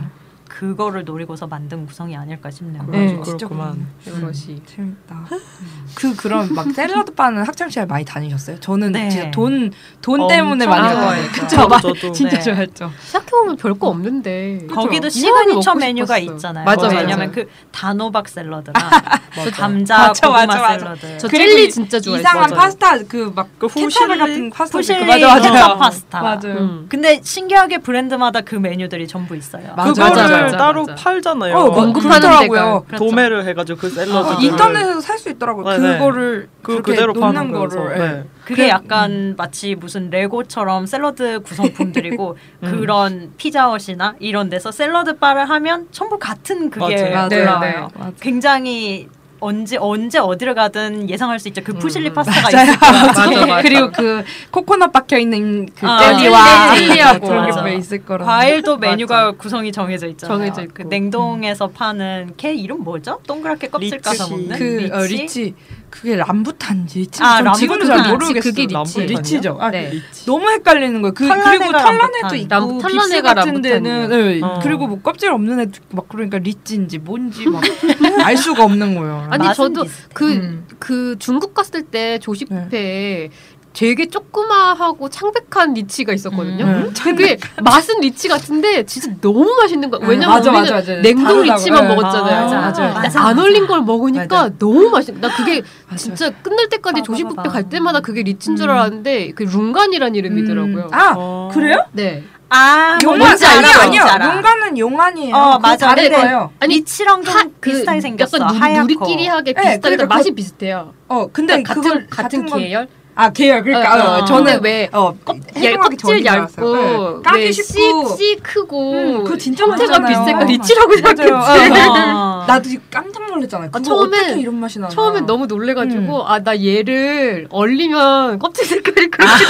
그거를 노리고서 만든 구성이 아닐까 싶네요.
네.
네,
그렇구만.
진짜 그렇구만.
이것이.
재밌다. 그 그런 막 샐러드 바는 학창 시절 많이 다니셨어요? 저는
네.
진짜 돈 돈
엄청
때문에 많이
좋아해요.
갔어요.
그쵸?
저도 저도
진짜
네.
좋아했죠.
시작해보면 별거 없는데.
거기도
이상하게 먹고
시그니처
싶었어요.
메뉴가 있잖아요.
맞아,
맞아.
왜냐면 그 단호박 샐러드랑
맞아.
감자
맞아,
고구마
맞아, 맞아.
샐러드,
저
그리고
젤리 진짜 좋아했어요.
이상한
맞아요.
파스타 그막
그
케찹
후실리-
같은 파스타
푸실리
그- 맞아 맞아
케첩 파스타.
맞아요.
음.
근데 신기하게 브랜드마다 그 메뉴들이 전부 있어요.
맞아.
그거를
맞아, 음. 맞아,
따로
맞아.
팔잖아요.
어,
뭐,
그
공급하는
그렇더라고요.
데가. 그렇죠.
도매를 해가지고 그
어,
샐러드
인터넷에서 살 수 있더라고. 요
네, 네.
그거를
그
그렇게
그대로
놓는
파는 네.
거를. 예.
거를
그게 약간 마치 무슨 레고처럼 샐러드 구성품들이고
음.
그런 피자헛이나 이런 데서 샐러드 바를 하면 전부 같은 그게
맞아요.
네,
올라와요.
네. 맞아.
굉장히 언제 언제 어디를 가든 예상할 수 있죠. 그 푸실리
음,
파스타가
맞아요.
있을 거야.
맞아, 맞아.
그리고 그 코코넛 박혀 있는 그
아,
젤리와
젤리, 젤리하고.
그런
맞아.
게 있을 거라.
과일도 메뉴가 구성이 정해져 있잖아요.
정해져 있고.
그 냉동에서 파는 걔 이름 뭐죠? 동그랗게 껍질
리치.
까서 먹는
그 어, 리치 그게 람부탄지 리치
아,
전 지금도 잘
람부탄.
모르겠어요.
그게
람부-
리치.
리치죠. 아,
네.
너무 헷갈리는 거예요. 그,
탈란해가
그리고 탈란애도
람부탄.
있고
람-
빕스
탈란해가
같은 데는 네.
어.
그리고 뭐 껍질 없는 애도 있고 막 그러니까 리치인지 뭔지 막 알 수가 없는 거예요.
아니,
맛은
저도
비슷해.
그,
음.
그 중국 갔을 때 조식
네.
뷔페에 되게 조그마하고 창백한 리치가 있었거든요.
음.
그게 맛은 리치 같은데 진짜 너무 맛있는 거야. 왜냐면
음. 맞아,
우리는
맞아, 맞아.
냉동
다르다고.
리치만
네.
먹었잖아요.
맞아, 맞아.
근데
맞아,
안
맞아.
올린 걸 먹으니까
맞아.
너무 맛있. 나 그게
맞아.
진짜 끝날 때까지 조식 뷔페 갈
빠바바밤.
때마다 그게 리치인 줄
음.
알았는데 그 룽간이란 이름이더라고요.
음. 아
어.
그래요?
네.
아,
뭔지
용관 아니
알아요.
아니요.
알아.
용관은 용안이에요.
어,
그거
맞아.
다른
근데
거예요.
아니,
리치랑 좀
하- 그
비슷하게 생겼어.
약간 누,
하얗고.
누리끼리하게
네,
비슷한데
그러니까
맛이 비슷해요.
어 근데
같은
그걸
그러니까 같은
건-
계열.
아 계열 그러니까
어,
어,
어.
저는
근데 왜
어
얇- 껍질
해동하기 전인 줄 알았어요.
얇고
네. 까기
왜
쉽고
씨, 씨 크고
음, 그거 진짜
형태가
많잖아요. 어, 네,
비슷해. 그러니까 리치라고
맞아요.
생각했지.
어.
나도 지금 깜짝 놀랐잖아요. 그거
처음엔-
어떻게 이런 맛이 나나?
처음엔 너무 놀래가지고 아 나 얘를 얼리면 껍질 색깔이 그렇게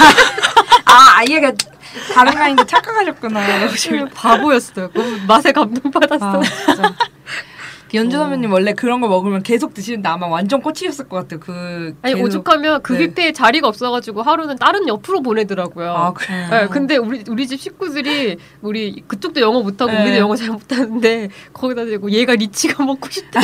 아 아예가 다른 라인도 착각하셨구나. 역시
네, 바보였어요. 너무 맛에 감동받았어. 어.
아, 진짜. 연주 선배님 원래 그런 거 먹으면 계속 드시는데 아마 완전 꽂히셨을 것 같아요. 그
아니
계속-
오죽하면 그
네.
뷔페에 자리가 없어가지고 하루는 다른 옆으로 보내더라고요.
아 그래.
네, 근데 우리 우리 집 식구들이 우리 그쪽도 영어 못하고
네.
우리도 영어 잘 못하는데 거기다 대고 얘가 리치가 먹고 싶다.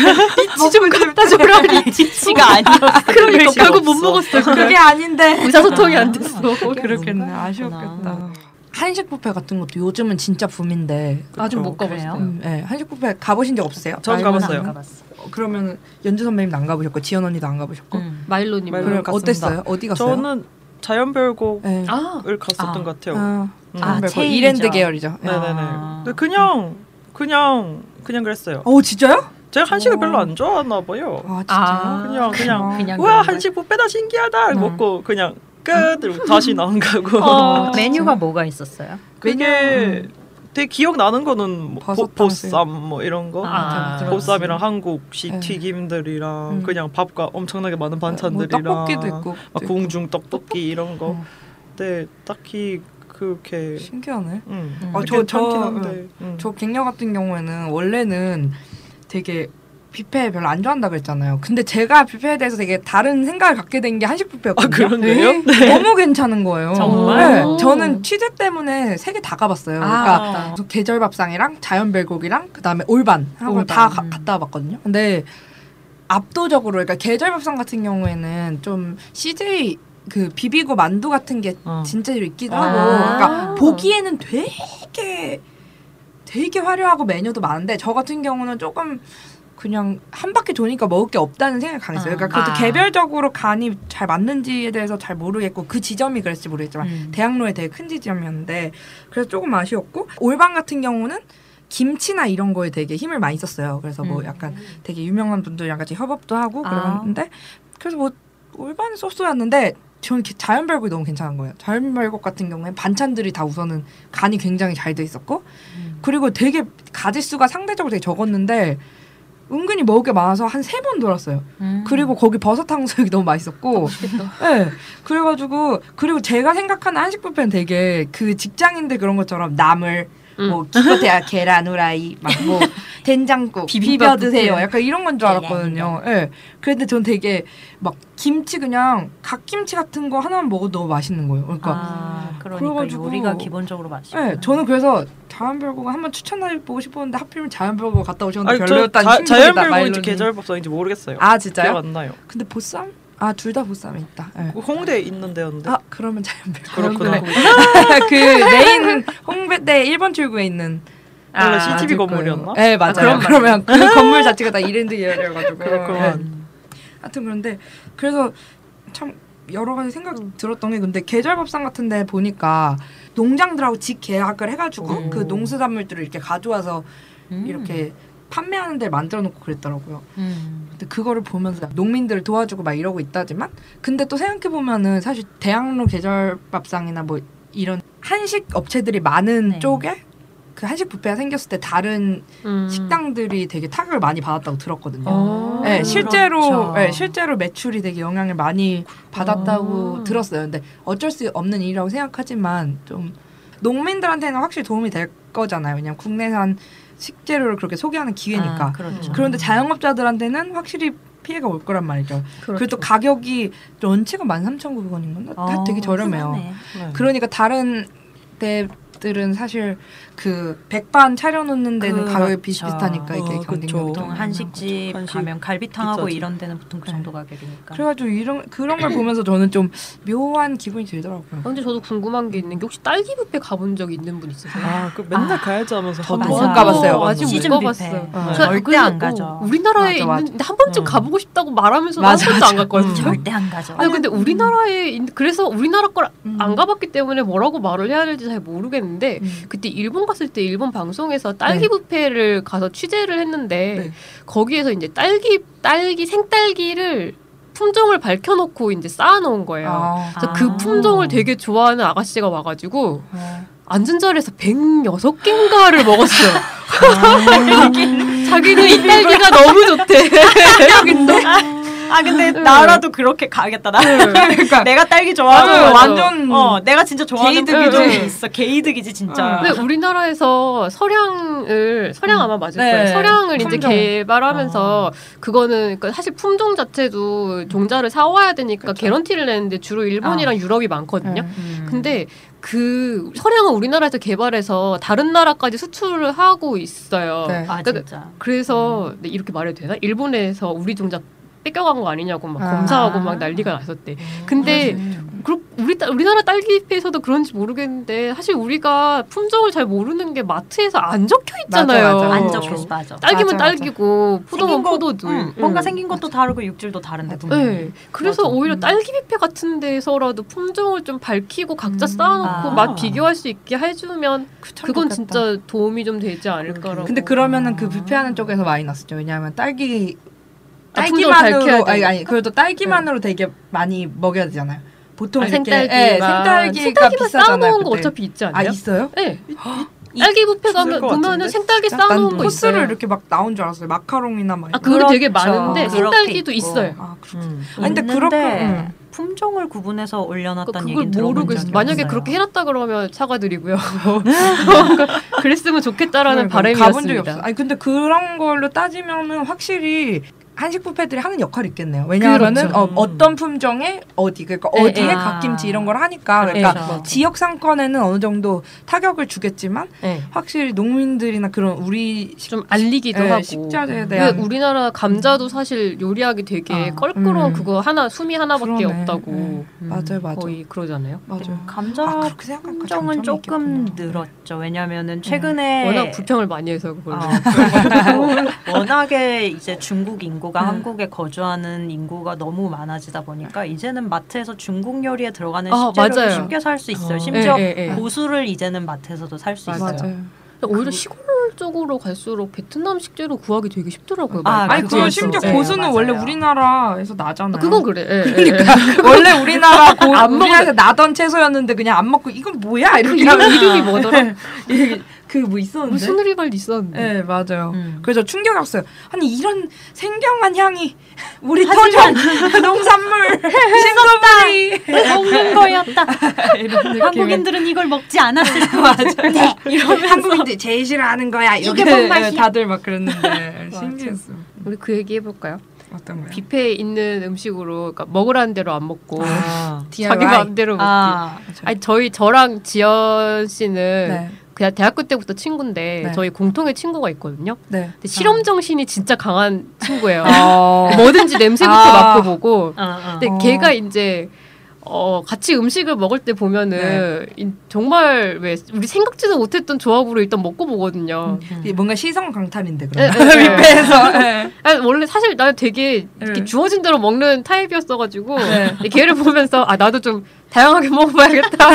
리치 좀 갖다 줘라.
아, 그러니까
리치가 아니었어.
그러니까
리치가
결국 못
없어.
먹었어요.
그게 아닌데.
의사소통이 안 됐어.
그렇겠네.
뭔가
아쉬웠겠다.
있구나.
한식 뷔페 같은 것도 요즘은 진짜 붐인데.
아직 뭐 못
그래요?
가봤어요.
음, 네. 한식 뷔페 가보신 적 없으세요?
전
말고는
가봤어요.
안 가-
가봤어.
어, 그러면 연주 선배님도 안 가보셨고 지연 언니도 안 가보셨고.
음.
마일로님.
마일로.
그럼
갔습니다.
어땠어요? 어디 갔어요?
저는 자연별곡을
네.
아
갔었던
아.
것 같아요.
아,
음.
아,
그거
체인이죠.
이랜드 계열이죠. 네.
아.
네네네. 근데 그냥 그냥 그냥 그랬어요.
오 진짜요?
제가 한식을
오.
별로 안 좋아하나 봐요.
어. 아
아.
진짜요? 아,
그냥 그냥
그냥
우와
그런 거.
한식 뷔페다 신기하다
네.
먹고 그냥 끝 그리고
음.
다시 나온 가고
어,
아,
메뉴가 뭐가 있었어요?
그게 되게 기억 나는 거는 뭐
버섯
보- 보쌈 뭐 이런 거
아,
보쌈이랑 한국식
네.
튀김들이랑
음.
그냥 밥과 엄청나게 많은 반찬들이랑
뭐 떡볶이도 있고.
막 궁중 떡볶이 이런 거
어.
근데 딱히 그렇게
신기하네.
음,
음.
아,
저-
저,
저-
괜찮긴 한데 음.
저 갱녀 같은 경우에는 원래는 뷔페 뷔페 별로 안 좋아한다 그랬잖아요. 근데 제가 뷔페에 대해서 되게 다른 생각을 갖게 된 게 한식 뷔페였거든요.
아, 그런데요?
네. 너무 괜찮은 거예요.
정말?
네, 저는 취재 때문에 세 개 다 가봤어요. 그러니까
아,
그래서 계절 밥상이랑 자연 별곡이랑 그다음에 올반 하고
올반.
다 가- 갔다 와봤거든요. 근데 압도적으로 그러니까 계절 밥상 같은 경우에는 좀 CJ 그 비비고 만두 같은 게
어.
진짜로 있기도
아.
하고 그러니까 보기에는 되게 되게 화려하고 메뉴도 많은데 저 같은 경우는 조금 그냥 한 바퀴 도니까 먹을 게 없다는 생각이 강했어요. 그러니까 그것도
아.
개별적으로 간이 잘 맞는지에 대해서 잘 모르겠고 그 지점이 그랬을지 모르겠지만
음.
대학로에 되게 큰 지점이었는데 그래서 조금 아쉬웠고 올방 같은 경우는 김치나 이런 거에 되게 힘을 많이 썼어요. 그래서 뭐
음.
약간 되게 유명한 분들이랑 같이 협업도 하고
아.
그러는데 그래서 뭐 올반 소스였는데 저는 게- 자연별곡이 너무 괜찮은 거예요. 자연별곡 같은 경우에 반찬들이 다 우선은 간이 굉장히 잘 돼 있었고
음.
그리고 되게 가짓수가 상대적으로 되게 적었는데 은근히 먹을 게 많아서 한 세 번 돌았어요.
음.
그리고 거기 버섯 탕수육이 너무 맛있었고, 예. 그래가지고 그리고 제가 생각하는 한식 뷔페는 되게 그 직장인들 그런 것처럼 남을
음.
뭐 기껏해야 계란 후라이 막뭐 된장국 비벼
비빔밥
드세요.
뷔페.
약간 이런 건 줄
계란
알았거든요. 예. 그런데 전 되게 막 김치 그냥 갓 김치 같은 거 하나만 먹어도 너무 맛있는 거예요. 그러니까
아, 그러니까
그래가지고-
요리가 기본적으로 맛있.
네, 저는 그래서 자연별곡을 한번 추천해보고 싶었는데 하필이면 자연별곡 갔다 오셨는데
저
별로였다는
자-
충격이다,
자연별곡인지
말로는.
계절법상인지 모르겠어요.
아 진짜요?
기억 안 나요.
근데 보쌈? 아 둘 다 보쌈이 있다. 예.
그 홍대에 있는 데였는데.
아 그러면 자연별곡.
그렇구나.
그 메인 홍대대 1번 출구에 있는
원래
아,
맞을
CGV
거예요.
건물이었나?
네 맞아요.
그런
그러면 그 건물 자체가 다 이랜드 계열이어가지고.
그렇구만.
네. 하여튼 그런데 그래서 참 여러 가지 생각
음.
들었던 게 근데 계절법상 같은데 보니까 농장들하고 직 계약을 해가지고
음.
그 농수산물들을 이렇게 가져와서 이렇게 판매하는 데 만들어 놓고 그랬더라고요.
음.
근데 그거를 보면서 농민들을 도와주고 막 이러고 있다지만 근데 또 생각해 보면은 사실 대학로 계절밥상이나 뭐 이런 한식 업체들이 많은
네.
쪽에 그 한식 뷔페가 생겼을 때 다른
음.
식당들이 되게 타격을 많이 받았다고 들었거든요.
어.
네,
음.
실제로
그렇죠.
네, 실제로 매출이 되게 영향을 많이 받았다고
아.
들었어요. 근데 어쩔 수 없는 일이라고 생각하지만 좀 농민들한테는 확실히 도움이 될 거잖아요. 왜냐면 국내산 식재료를 그렇게 소개하는 기회니까.
아, 그렇죠.
그런데 자영업자들한테는 확실히 피해가 올 거란 말이죠. 그리고 또 가격이 런치가 13,900원인 건가?
아,
되게 저렴해요.
그러네.
네.
그러니까 다른 데들은 사실 그 백반 차려놓는 데는 가격이
그렇죠.
비슷비슷하니까 이게
어,
경쟁력이
그쵸.
보통
좀
한식집
한식
가면 갈비탕하고
비싸죠.
이런 데는 보통 그 정도 가격이니까.
네. 그래가지고 이런 그런 걸 보면서 저는 좀 묘한 기분이 들더라고요.
아, 근데 저도 궁금한 게 있는 게 혹시 딸기 뷔페 가본 적 있는 분 있으세요?
아, 그 맨날 가야지 하면서 음.
저도
한
못
번도
가봤어요.
뭐
안
아직
가봤는데.
못 가봤어요.
어.
저-
절대
그래서,
안 가죠.
어, 우리나라에
맞아, 맞아.
있는데 한 번쯤
어.
가보고 싶다고 말하면서 한
맞아,
번도 안 갔거든요.
절대 안 가죠.
아니 근데 우리나라에 있- 그래서 우리나라 걸 안
음.
가봤기 때문에 뭐라고 말을 해야 될지 잘 모르겠는데
음.
그때 일본 갔을 때 일본 방송에서 딸기
네.
뷔페를 가서 취재를 했는데
네.
거기에서 이제 딸기 딸기 생딸기를 품종을 밝혀놓고 이제 쌓아놓은 거예요.
아,
그래서 그
아.
품종을 되게 좋아하는 아가씨가 와가지고
어.
앉은 자리에서 106개인가를 먹었어요. 자기는 이 딸기가 너무 좋대.
근데
아 근데
나라도
그렇게 가겠다. 나
그러니까
내가 딸기 어,
맞아요.
완전
내가 진짜
좋아하는 게이득이지. 품종이
있어. 게이득이지
진짜.
근데 우리나라에서 서량을 서량 아마 맞을
네.
거예요. 서량을 이제
품종. 아.
개발하면서 그거는 그러니까 사실 품종
음.
자체도 종자를 사와야 되니까
그렇죠.
개런티를 내는데 주로
아.
일본이랑 유럽이 많거든요.
음.
음.
근데 그 서량은 우리나라에서 개발해서 다른 나라까지 수출을 하고 있어요.
네.
아
그러니까
진짜.
그래서 네, 이렇게 말해도 되나? 일본에서 우리 종자 뺏겨간 거 아니냐고 막
아.
검사하고 막 난리가 났었대. 근데
음.
그렇- 우리 딸- 우리나라 딸기잎에서도 그런지 모르겠는데 사실 우리가 품종을 잘 모르는 게 마트에서 안 적혀 있잖아요.
맞아, 맞아.
안
어.
적혀서 맞아.
딸기면
맞아, 맞아.
딸기고 포도면
생긴 거-
포도주.
응,
음.
뭔가 생긴 것도 다르고 육질도 다른데 분명히.
네. 그래서
맞아.
오히려
음.
딸기 뷔페 같은 데서라도 품종을 좀 밝히고 각자
음.
쌓아놓고
아.
맛 비교할 수 있게 해주면 그건
좋겠다.
진짜 도움이 좀 되지 않을까라고.
근데 그러면은 그 뷔페하는 쪽에서 마이너스죠. 왜냐하면 딸기
아, 품종을 밝혀야
딸기만으로
돼.
아니 아니 그래도 딸기만으로 되게 많이 먹여야 되잖아요. 보통
아,
이렇게-
생딸기만
예, 생딸기가
생딸기만
비싸잖아요.
쌓아놓은 거
그때.
어차피 있지
아
않아요?
있어요?
네.
이-
딸기 뷔페
있을
가면
것
보면은
같은데?
생딸기
난
쌓아놓은 거
코스를
있어요.
이렇게 막 나온 줄 알았어요. 마카롱이나 막.
아
이런.
그거는 되게
그렇죠.
많은데
그렇게
생딸기도
있고.
있어요.
아 그렇구나.
음.
아니, 근데
있는데
그렇게- 음.
품종을 구분해서 올려놨던
그걸
얘기 들어본 적이
모르겠어요. 만약에
없어요.
그렇게 해놨다 그러면 사과드리고요. 그러니까 그랬으면 좋겠다라는
그러니까
바람이었습니다.
가본 적이 없어. 아니 근데 그런 걸로 따지면은 확실히 한식 뷔페들이 하는 역할이 있겠네요. 왜냐하면은
그렇죠.
어,
음.
어떤 품종에 어디 그러니까
예,
어디에
예.
갓김치 이런 걸 하니까 그러니까
그렇죠.
지역 상권에는 어느 정도 타격을 주겠지만
네.
확실히 농민들이나 그런 우리 식,
좀 알리기도
아, 예,
하고.
식자재에
왜
대한
우리나라 감자도 사실 요리하기 되게
아,
껄끄러운
음.
그거 하나 숨이 하나밖에
그러네.
없다고
네.
음,
맞아요, 맞아요.
거의 그러잖아요.
맞아요. 아,
감자
그렇게 생각하니까
품종은
장점이
조금
있겠구나. 예.
늘었죠. 왜냐면은 최근에
아,
워낙 불평을 많이 해서 그걸
아, 워낙 워낙에 이제 중국 인구가
네.
한국에 거주하는 인구가 너무 많아지다 보니까 이제는 마트에서 중국 요리에 들어가는
아,
식재료를
맞아요.
쉽게 살 수 있어요.
어.
심지어
예, 예, 예.
고수를 이제는 마트에서도 살 수 있어요.
맞아요.
그러니까 오히려 시골 쪽으로 갈수록 베트남 식재료 구하기 되게 쉽더라고요.
아,
많이.
아니
그건
그건
그렇죠.
심지어
네,
고수는
맞아요.
원래 우리나라에서 나잖아요.
아, 그건 그래. 예, 예, 예.
원래 우리나라 고,
안
우리나라에서 나던 채소였는데 그냥 안 먹고 이건 뭐야
그
이렇게
이름,
하면 예,
이름이 뭐더라?
그뭐 있었는데.
무슨 흐리발도 있었는데.
네 맞아요.
음.
그래서 충격이었어요. 아니 이런 생경한 향이 우리
하지만
토종 농산물 식물이
그 먹는 거였다.
이런 느낌의-
한국인들은 이걸 먹지 않았을 거야.
네, 이러면서 한국인들 제일 싫어하는 거야 네, 이렇게
이게 뭔 맛이야?
다들 막 그랬는데 신기했어.
우리 그 얘기 해볼까요?
어떤 거야?
뷔페에 있는 음식으로 그러니까 먹으라는 대로 안 먹고
아,
자기 마음대로 먹기. 아.
아,
니 저희 저랑 지연 씨는
네,
그냥 대학교 때부터 친구인데
네.
저희 공통의 친구가 있거든요.
네.
근데 실험 정신이 진짜 강한 친구예요.
어,
뭐든지 냄새부터
아.
맡고 보고.
어, 어.
근데
어.
걔가 이제 어 같이 음식을 먹을 때 보면은 이- 정말 왜 우리 생각지도 못했던 조합으로 일단 먹고 보거든요.
이게 뭔가 시선 강탈인데
예,
그럼.
예, 예.
그래서 네.
아니, 원래 사실 나 되게 이렇게
네.
주어진 대로 먹는 타입이었어가지고
네.
근데 걔를 보면서 아 나도 좀 다양하게 먹어봐야겠다.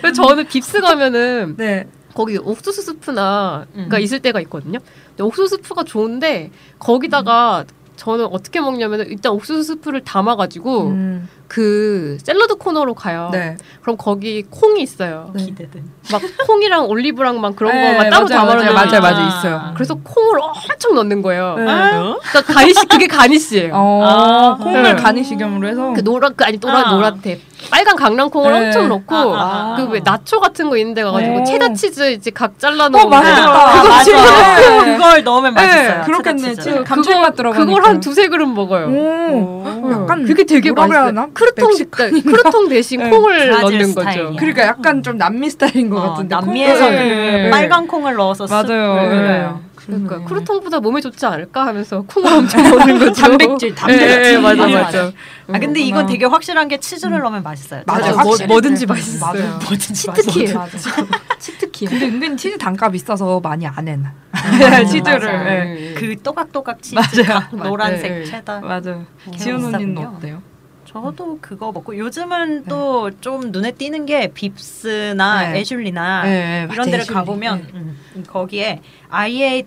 그래서 저는 빕스 가면은
네.
거기 옥수수 스프나가
음.
있을 때가 있거든요. 근데 옥수수 스프가 좋은데 거기다가 저는 어떻게 먹냐면은 일단 옥수수 스프를 담아가지고
음,
그 샐러드 코너로 가요.
네.
그럼 거기 콩이 있어요.
네.
기대된.
막 콩이랑 올리브랑 막 그런
네,
거막 따로
맞아요,
담아놓는
맞아요, 맞아요,
거.
맞아요, 있어요.
그래서 콩을 엄청 넣는 거예요.
네.
어?
그러니까 가니시 그게 가니시예요.
어,
아,
콩을
네.
간이식용으로 해서
그 노란 그 아니 노란
아.
노랗대 빨간 강낭콩을
네.
엄청 넣고
아, 아, 아.
그 왜 나초 같은 거 있는 데 가가지고
네.
체다 치즈 이제 각 잘라놓은
어, 맛있겠다.
그거
맞아.
집에
네.
그걸 넣으면
네,
맛있어요.
그렇겠네.
치즈.
지금 감칠맛 들어가니까.
그걸 한 두세 그릇 먹어요.
오.
오.
약간
그게 되게
뭐라 그래야
맛있어요.
하나?
크루통
멕시칸인가?
크루통 대신
네.
콩을
브라질
넣는 거죠.
스타일이야.
그러니까 약간 좀 남미 스타일인 것
어,
같은데.
남미에서
콩을- 예,
그 빨간 콩을 넣어서
맞아요.
쑥
네.
끓여요.
그러니까 크루통보다 몸에 좋지 않을까 하면서 콩을 엄청 먹는 거죠.
단백질, 단백질.
예, 예, 맞아
맞아.
맞아.
아 근데 이건 되게 확실한 게 치즈를 넣으면 맛있어요.
음, 맞아,
맞아, 뭐,
확실히.
뭐든지
네.
맛있어요.
맞아요.
뭐든지
치트키.
맞아.
치트키.
근데 은근 치즈 단값 있어서 많이 안 해놔. 치즈를.
맞아요.
예.
네.
그 또각또각 치즈 가 노란색
네, 네.
체다.
맞아요.
어,
지훈 언니는
비싸군요.
어때요?
저도 그거 먹고 요즘은
네.
또 좀 눈에 띄는 게 빕스나
네.
애슐리나
네, 맞아요.
이런 데를
애슐리.
가보면
네.
음, 거기에 아예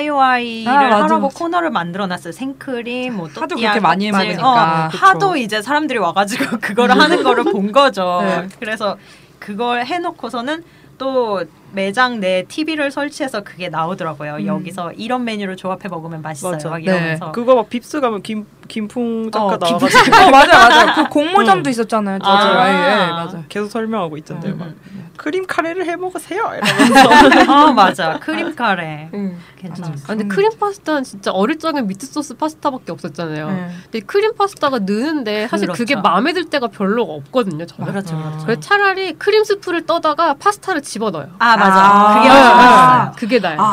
DIY를
아, 맞아,
하라고
맞아.
코너를 만들어놨어요. 생크림, 뭐
하도
또띠아
그렇게 많이
껍질.
해먹으니까.
어,
그쵸. 음.
하도 이제 사람들이 와가지고 그거를 하는 거를 본 거죠.
네.
그래서 그걸 해놓고서는 또 매장 내 TV를 설치해서 그게 나오더라고요.
음.
여기서 이런 메뉴를 조합해 먹으면 맛있어요.
맞아.
막
네.
이러면서
그거 막 빕스 가면 김 김풍 작가
어, 김풍
나와가지고
어, 맞아, 맞아. 그 공모전도
응.
있었잖아요.
아.
맞아요. 예, 예, 맞아.
계속 설명하고
그
있던데요.
음,
네,
막
음.
크림 카레를 해 먹으세요. 이러면서
아 맞아 크림 카레
음.
괜찮았어.
아, 근데 크림 파스타는 진짜 어릴 적에 미트 소스 파스타밖에 없었잖아요.
네.
근데 크림 파스타가 느는데 사실
그렇죠.
그게 마음에 들 때가 별로 없거든요. 저는.
그렇죠 그렇죠.
그래서 차라리 크림 스프를 떠다가 파스타를 집어넣어요.
아 맞아
아.
그게
아.
맛있어요.
그게 나요.
아, 아,
아,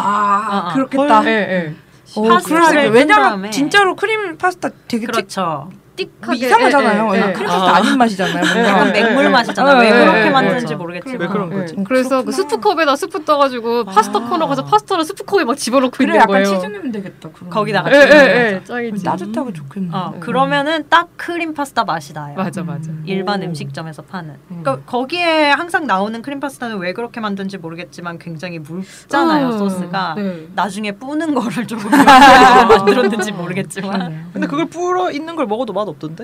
아,
아.
그렇겠다.
예, 예.
어,
파스타를
그럴 수 있겠다.
뜬 다음에.
왜냐면 진짜로 크림 파스타 되게 틱-
그렇죠.
띡하게
이상하잖아요.
예, 예, 예.
크림 파스타 아. 닌 맛이잖아요. 뭔가.
약간 맹물 맛이잖아.
네,
왜
네,
그렇게
네,
만드는지
맞아.
모르겠지만.
왜 그런 거지?
음.
그래서 그
그렇구나.
스프컵에다 스프 떠가지고 파스타
아.
코너 가서 파스타를 스프컵에 막 집어넣고
그래
있는
약간
거예요.
치즈 넣으면 되겠다. 그러면.
거기다가
예,
치즈
예, 예. 짱이지.
따뜻하고 좋겠네.
어
음.
그러면은 딱 크림 파스타 맛이 나요.
음.
맞아, 맞아.
일반
오.
음식점에서 파는.
음.
그러니까 거기에 항상 나오는 크림 파스타는 왜 그렇게 만든지 모르겠지만 굉장히 묽잖아요
음.
소스가.
네.
나중에 뿌는 거를 조금 요리해서 만들었는지 모르겠지만.
근데 그걸
음.
불어 있는 걸 먹어도 맛 없던데.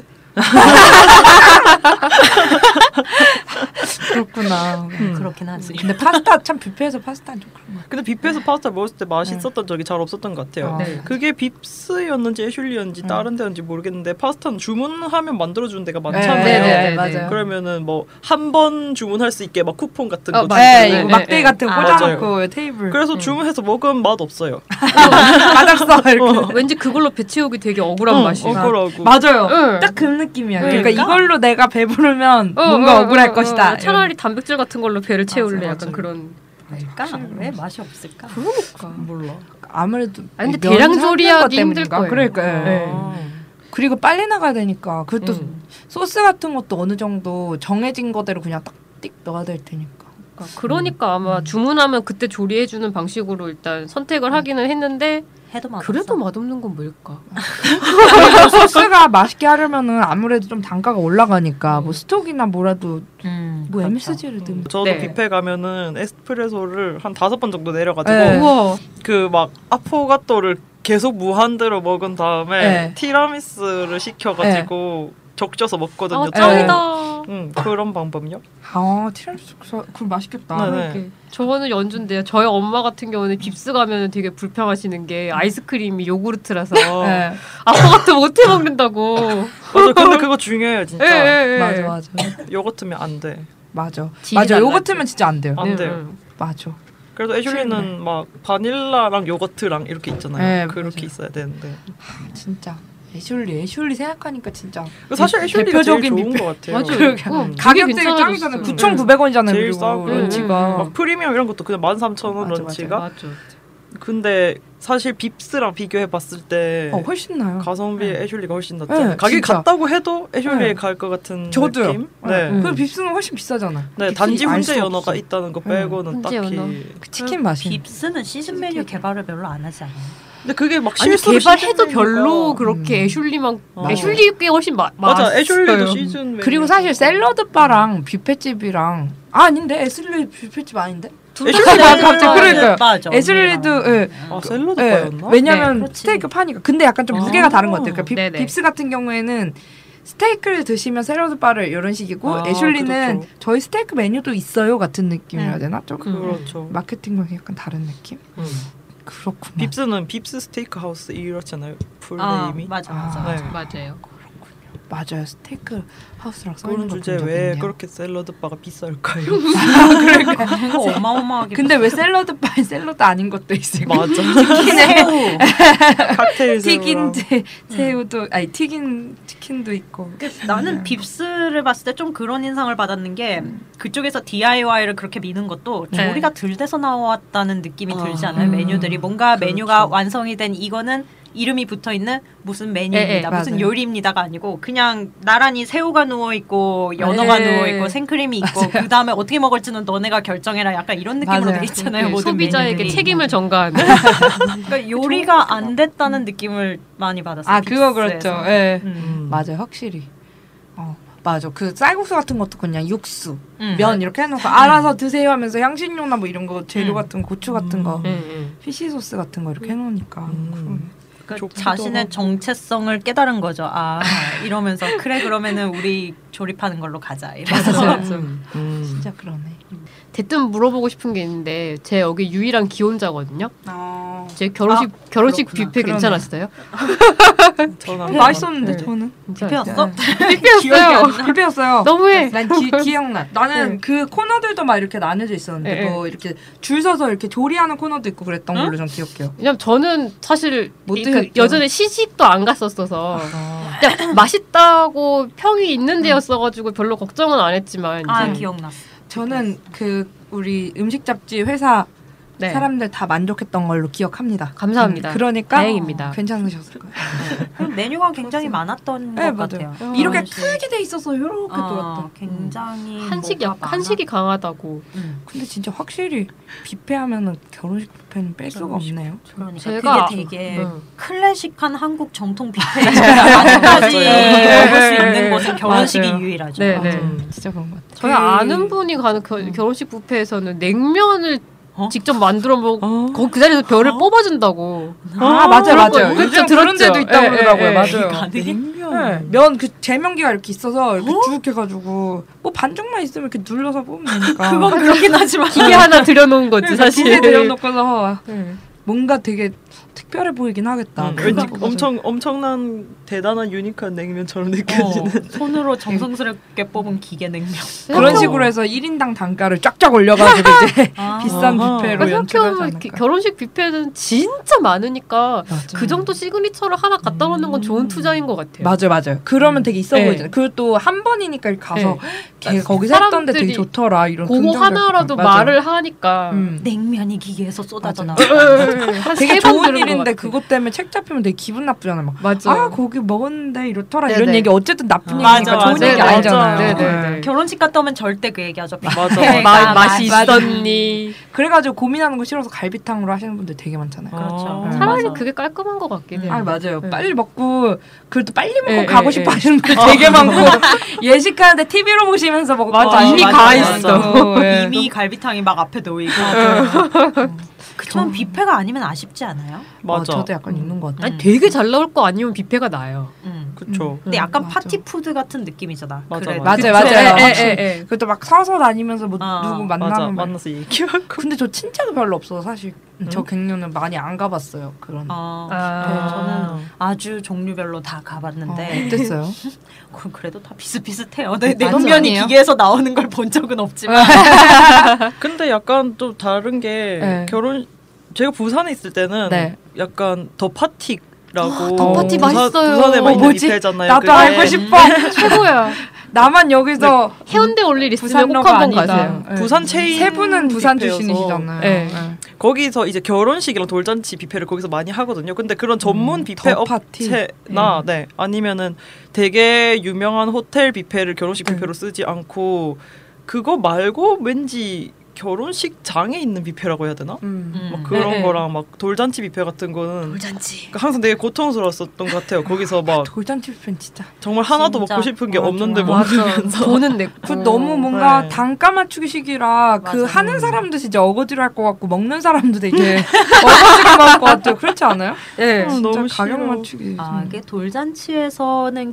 그렇구나. 음.
그렇긴 하지.
근데 파스타 참 뷔페에서 파스타는 좀 그런 거 같아.
근데 뷔페에서 파스타 먹었을 때
음.
맛있었던 적이 잘 없었던 것 같아요.
어.
네.
그게 빕스였는지 애슐리였는지
음.
다른 데였는지 모르겠는데 파스타는 주문하면 만들어주는 데가
네,
많잖아요.
네, 네, 네.
맞아요.
그러면은 뭐 한 번 주문할 수 있게 막 쿠폰 같은
어,
거
맞아요. 음.
네,
주고.
이거
네,
막대
네.
같은 거
아.
꽂아놓고 테이블.
그래서 주문해서 먹으면 맛 없어요.
맞았어 이렇게.
왠지 그걸로 배 채우기 되게 억울한
응,
음, 맛이 나.
억울하고.
맞아요.
응.
딱 그 느낌이야.
응.
그러니까,
그러니까?
이걸로 내가 배부르면
어,
뭔가
어,
억울할
어, 어,
것이다.
어, 차라리 단백질 같은 걸로 배를 채울래
맞아,
약간
맞아.
그런.
그러니까 왜 맛이 없을까?
그러니까.
몰라.
아무래도
아, 근데
면이
대량
삶는
조리하기
것 때문인가?
힘들 거예요.
그러니까. 예.
네.
그리고 빨리 나가야 되니까 그것도
음.
소스 같은 것도 어느 정도 정해진 거대로 그냥 딱띡 넣어야 될 테니까.
그러니까, 그러니까
음.
아마 주문하면 그때 조리해주는 방식으로 일단
음.
선택을 하기는 했는데
해도
아,
맛없어.
그래도 뭐 맛없는 건 뭘까?
그리고 소스가 맛있게 하려면은 아무래도 좀 단가가 올라가니까
음.
뭐 스톡이나 뭐라도
음,
뭐
그렇죠.
MSG를 넣으면
저도
네.
뷔페 가면은 에스프레소를 한 다섯 번 정도 내려가지고
네.
우와.
그 막 아포가토를 계속 무한대로 먹은 다음에
네.
티라미수를 시켜가지고 적셔서 먹거든요.
아,
네.
짱이다.
음, 그런 방법요?
아 티라미수 그거 맛있겠다.
네, 네.
이렇게. 저거는 연주인데요. 저희 엄마 같은 경우는 깁스 가면 되게 불평하시는 게 아이스크림이 요구르트라서
네.
아빠한테 못해 먹는다고.
맞아, 근데 그거 중요해요 진짜.
예, 예.
네. 맞아 맞아
요거트면 안 돼.
맞아
질이
맞아
달라지.
요거트면 진짜 안
어.
돼요.
아. 안 돼요.
네,
맞아.
그래도 애슐리는 막 바닐라랑 요거트랑 이렇게 있잖아요.
네,
그렇게
맞아요.
있어야 되는데.
진짜 애슐리 애슐리 생각하니까 진짜
사실 애슐리가 제일
음, 대표적인
좋은
뷔페.
것 같아요.
맞아.
그러게.
어,
음.
되게
가격대가
괜찮아졌어요.
짱이잖아요. 9,900원이잖아요.
네. 제일
그리고
싸고
음,
런치가
막 프리미엄 이런 것도 그냥 13,000원
어. 맞아,
런치가.
맞아.
근데 사실 빕스랑 비교해 봤을 때
어, 훨씬 나요.
가성비
네.
애슐리가 훨씬 낫잖아요.
네,
가격이
진짜.
같다고 해도 애슐리에
네.
갈 것 같은
저도요.
느낌? 네.
음.
그 빕스는 훨씬 비싸잖아.
네,
빕스는
단지
알
훈제
수
연어가
없어.
있다는 거
네.
빼고는
훈제
딱히
연어.
그 치킨 맛이
빕스는 시즌 메뉴 개발을 별로 안 하지 않아요?
근데 그게 막
아니
실수로
개발해도
시즌
별로
메뉴가-
그렇게 애슐리만
어.
애슐리 꽤 훨씬 마,
맞아
맛있어요.
애슐리도 시즌 메뉴.
그리고 사실 샐러드 바랑 뷔페집이랑 아, 아닌데 애슐리 뷔페집 아닌데
둘
애슐리
다
그러니까
맞아,
샐러드.
갑자기 그러니까요.
맞아. 어,
애슐리도,
언니랑.
아 네, 샐러드
예,
바였나?
왜냐면
네, 그렇지.
스테이크 파니까 근데 약간 좀 무게가
아.
다른 것 같아요. 그러니까 빕,
네네.
빕스 같은 경우에는 스테이크를 드시면 샐러드 바를 이런 식이고
아,
애슐리는
그렇죠. 네.
저희 스테이크 메뉴도 있어요 같은 느낌이라
음.
되나 좀 음.
그렇죠.
마케팅과 약간 다른 느낌
음.
그렇구나.
빕스는 빕스 스테이크 하우스 이렇잖아요.
아,
풀네임이.
맞아
아,
맞아.
네.
맞아요.
맞아요 스테이크 하우스랑
그런
써있는 거
주제
본적
왜
있네요.
그렇게 샐러드 바가 비쌀까요?
그거 어마어마하게.
근데 왜 샐러드 바에 샐러드 아닌 것도 있을 거
맞아.
새우.
칵테일
튀긴
새우랑.
제-
음.
새우도 아니 튀긴 치킨도 있고
그 나는 빕스를 봤을 때 좀 그런 인상을 받았는 게 그쪽에서 DIY를 그렇게 미는 것도
네.
조리가 덜 돼서 나왔다는 느낌이
어.
아,
들지 않아요? 메뉴들이
음,
뭔가
그렇죠.
메뉴가 완성이 된 이거는 이름이 붙어 있는 무슨
예, 예,
메뉴입니다, 무슨
맞아요.
요리입니다가 아니고 그냥 나란히 새우가 누워 있고 연어가
예.
네.
누워 있고 생크림이 있고 그 다음에 어떻게 먹을지는 너네가 결정해라 약간 이런 느낌으로
맞아요. 예,
돼 있잖아요.
그
모든
소비자에게
메뉴들이.
책임을 전가하는.
그러니까 요리가 안 됐다는 느낌을 많이 받았어요.
아 그거
빕스에서.
그렇죠.
네.
예.
음.
음.
맞아요 확실히. 어 맞아 그 쌀국수 같은 것도 그냥 육수
음.
면 이렇게 해놓고 알아서 드세요 하면서 향신료나 뭐 이런 거 재료
음.
같은 거, 고추 같은 거
음, 음.
피시 소스 같은 거 이렇게 해놓으니까
음.
그
조금
자신의
더-
정체성을 깨달은 거죠. 아 이러면서 그래 그러면은 우리 조립하는 걸로 가자.
맞아요.
이래서
음.
어. 진짜 그러네.
대뜸 물어보고 싶은 게 있는데 제 여기 유일한 기혼자거든요.
어.
제 결혼식
아,
결혼식
그렇구나.
뷔페
그러네.
괜찮았어요?
전화
음. 어, 맛있었는데
네.
저는
뷔페였어? 기억이 안
뷔페였어요.
나.
불배였어요.
너무해.
난 기, 기억나. 나는
네.
그 코너들도 막 이렇게 나뉘어져 있었는데
네,
뭐 이렇게 줄 서서 이렇게 조리하는 코너도 있고 그랬던 걸로 전 기억해요.
왜냐면 저는 사실
못
이- 그
드셨죠?
여전히 시식도 안 갔었어서
아,
그냥 맛있다고 평이 있는 데였어가지고 별로 걱정은 안 했지만 이제
아 기억났어.
저는 그 우리 음식 잡지 회사
네.
사람들 다 만족했던 걸로 기억합니다.
감사합니다.
음, 그러니까
다행입니다.
괜찮으셨을 거예요.
그럼 메뉴가 굉장히 많았던
네,
것
맞아요. 음.
같아요.
이렇게
음식.
크게 돼 있어서 이렇게
어,
돌았다.
굉장히
한식
뭐가
약 한식이 강하다고
많아. 음,
근데 진짜 확실히 뷔페하면은 결혼식 뷔페는 뺄 수가 없네요.
그러니까
제가-
그게 되게
음.
클래식한 한국 정통 뷔페까지 먹을 수 있는 곳은 결혼식이
맞아요.
유일하죠. 어,
네, 네.
음.
진짜 그런 것 같아요.
저희 아는 분이 가는 겨, 결혼식 뷔페에서는 냉면을
어?
직접 만들어 먹고
어.
거기 그 자리에서 별을 뽑아준다고.
아, 맞아요,
그런 거
맞아요.
그쵸,
요즘 그런
들었죠.
데도 있다고
예,
그러더라고요.
예, 예.
맞아요.
냉면.
면 그 제면기가 이렇게 있어서 이렇게 쭉 해가지고 뭐 반쪽만 있으면 이렇게 눌러서 뽑으면 되니까 네,
그건 그렇긴 하지만
기계 하나 들여놓은 거지 사실. 네.
두개 내려놓고서 뭔가 되게 특별해 보이긴 하겠다.
음,
그거
왠지
보고서.
엄청 엄청난 대단한 유니크한 냉면처럼 느껴지는.
어, 손으로 정성스럽게 뽑은 기계 냉면.
그런
그래서-
식으로 해서 1인당 단가를 쫙쫙 올려가지고 이제
아.
비싼
아하.
뷔페로
그러니까
연출하지
생각해보면 기-
않을까.
결혼식 뷔페는 진짜 많으니까
맞아요. 음.
그 정도 시그니처를 하나 갖다 놓는 건 좋은 투자인 것 같아요.
맞아요, 맞아요. 그러면 되게 있어
네.
보이잖아요. 그리고 또 한 번이니까 이렇게 가서
네.
걔 거기서 했던데
사람들이
되게 좋더라 이런
그거
긍정적
하나라도
평가. 맞아요.
말을 하니까
음.
냉면이 기계에서 쏟아져
맞아요.
나온다.
한
되게
세번
좋은
들은 것
근데 그것 때문에 책 잡히면 되게 기분 나쁘잖아. 막 아,
맞아요.
거기 먹었는데 이렇더라.
네네.
이런 얘기 어쨌든 나쁜
아,
얘기니까
맞아,
좋은
맞아.
얘기
네네.
아니잖아요.
맞아.
네네네.
네.
결혼식 갔다 오면 절대 그 얘기하죠.
맞아.
네.
마,
아,
맛이
맞-
음,
있었니?
그래가지고 고민하는 거 싫어서 갈비탕으로 하시는 분들 되게 많잖아요.
그렇죠.
아,
차라리
맞아.
그게 깔끔한 것 같긴 해요.
아 맞아요.
네.
빨리 먹고 그래도 빨리 먹고
네,
가고
네,
싶어
네.
하시는 분들 되게 많고 예식하는데 TV로 보시면서 먹고
맞아,
이미
맞아,
가
맞아.
있어. 예.
이미 갈비탕이 막 앞에 놓이고. 음. 그렇지만 뷔페가 아니면 아쉽지 않아요?
어,
맞아.
저도 약간 있는 것 같아요.
음.
아니 되게 잘 나올 거 아니면 뷔페가 나요.
음.
그쵸.
근데 약간
맞아.
파티 푸드 같은 느낌이잖아.
맞아,
그래도.
맞아요,
그쵸?
맞아요.
에, 에,
확실히.
예.
그것도 막 서서 다니면서 뭐
아,
누구
맞아.
음. 만나면 네, 막
만나서 얘기하고.
근데 저 친척이 별로 없어서 사실 저 갱년은 많이 안 가봤어요. 그런
어,
아.
네,
저는 아주 종류별로 다 가봤는데
어땠어요?
그- 그래도 다 비슷비슷해요. 내, 내
맞아.
동면이
아니에요?
기계에서 나오는 걸 본 적은 없지만
근데 약간 좀 다른 게
네.
결혼 제가 부산에 있을 때는
네. 아,
약간 더 파티라고
더 파티
부산,
맛있어요.
부산에만
어,
있는
뭐지?
뷔페잖아요.
나도
그게.
알고 싶어. 네.
최고야.
나만 여기서
해운대 올 일 있으면 꼭
부산러가
한번
아니다.
가세요.
예.
부산 체인
세 분은 부산
뷔페여서
출신이시잖아요.
네.
예.
거기서 이제 결혼식이랑 돌잔치 뷔페를 거기서 많이 하거든요. 근데 그런 전문
음,
뷔페
더 파티. 예.
업체나 네 아니면은 되게 유명한 호텔 뷔페를
네.
결혼식 뷔페로 쓰지 않고 그거 말고 왠지 결혼식장에 있는 뷔페라고 해야 되나?
음.
막
그
그런
네, 네.
거랑 막 돌잔치 뷔페 같은 거는
돌잔치.
그러니까 항상 되게 고통스러웠었던 것 같아요. 거기서 막
돌잔치 편 진짜.
정말 하나도
진짜.
먹고 싶은 게
맞아.
없는데
맞아.
먹으면서
돈은 내.
그 너무 뭔가
네.
단가 맞추기 식이라 그
맞아요.
하는 사람도 진짜 어거지로 할 것 같고 먹는 사람도 되게 어거지로 할 것 같아요. 그렇지 않아요?
예.
음, 너무
진짜 가격
싫어.
맞추기. 음.
아
좀.
이게 돌잔치에서는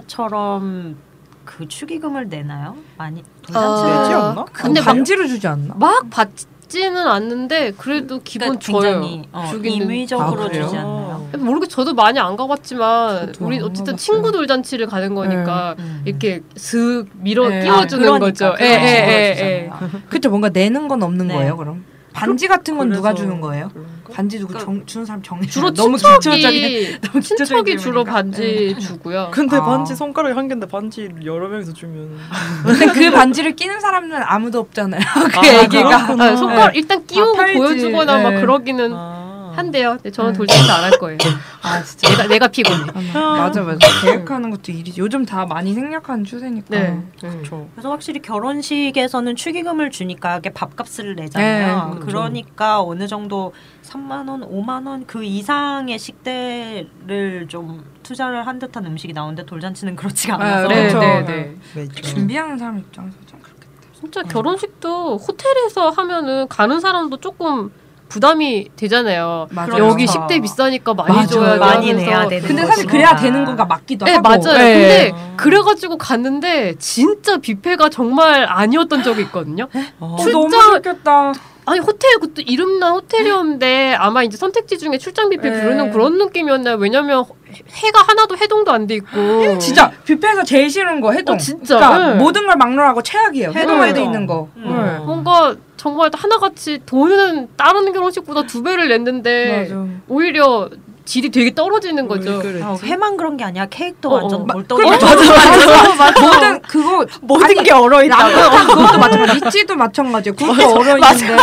결혼식에서처럼 그 축의금을 내나요? 많이
어,
돌잔치에
네, 되지
아,
않나? 뭐
근데 막-
반지로 주지 않나?
막 받지는 않는데 그래도 기본 줘요.
그러니까 굉장히 어,
주기는.
임의적으로
그러니까 아, 그래요?
주지 않나요?
모르게 저도 많이 안 가봤지만
저도
우리
안
어쨌든
가봤어요. 네.
친구 돌잔치를 가는 거니까
음.
이렇게 슥 밀어
예. 그렇죠.
끼워주는
그러니까,
거죠.
그런 식으로
예예예.
주잖아요.
그쵸 뭔가 내는 건 없는
네.
거예요 그럼? 반지 같은 건 누가
그래서
주는 거예요?
그런가?
반지 누구 정, 주는 사람 정해
주로
너무 기초적인
친척이
너무
친척이
기초적인
주로
질문인가?
반지 주고요.
근데
아.
반지 손가락에 한 개인데 반지 여러 명이서 주면
근데 그 반지를 끼는 사람은 아무도 없잖아요 그
아,
애기가
그렇구나.
아, 손가락 일단 끼우고
팔지.
보여주거나 막
예.
그러기는
아.
한대요. 근데 저는
네.
돌잔치 안 할 거예요.
아 진짜
내가 내가 피곤해.
맞아 맞아 계획하는 것도 일이지 요즘 다 많이 생략하는 추세니까
네.
그렇죠.
그래서 확실히 결혼식에서는 축의금을 주니까 이게 밥값을 내잖아요.
네, 그렇죠.
그러니까 어느 정도 3만 원, 5만 원 그 이상의 식대를 좀 투자를 한 듯한 음식이 나오는데 돌잔치는 그렇지가 않아서
네,
네,
그렇죠.
네, 네.
준비하는 사람 입장에서 좀 그렇게
진짜 결혼식도 호텔에서 하면은 가는 사람도 조금 부담이 되잖아요.
맞아요.
여기
그렇죠.
식대 비싸니까 많이
맞아요.
줘야 돼.
많이
하면서.
내야 되는 아.
근데 사실
거지만.
그래야 되는 거가 맞기도
네
하고
맞아요.
예.
근데 그래가지고 갔는데 진짜 뷔페가 정말 아니었던 적이 있거든요.
아.
어,
출장-
너무 좋겠다
아니 호텔 그것도 이름난 호텔이었는데 아마 이제 선택지 중에 출장 뷔페
네.
부르는 그런 느낌이었나요? 왜냐면 해가 하나도 해동도 안 돼 있고
진짜 뷔페에서 제일 싫은 거 해동
어, 진짜
그러니까
네.
모든 걸 막론하고 최악이에요
해동,
해동에도
해동.
있는 거
음.
네.
뭔가 정말 하나같이 돈은 다른 결혼식보다 두 배를 냈는데
맞아. 그러니까.
오히려 질이 되게
음,
떨어지는 거죠.
어, 회만 그런 게 아니야. 케이크도
어, 어.
완전
맞아,
몰떡.
맞아, 맞아. 모든 그거
모든 게 얼어 있다.
라면 그것도 마찬가지, 리찌도 마찬가지예요. 그것도 얼어 있는데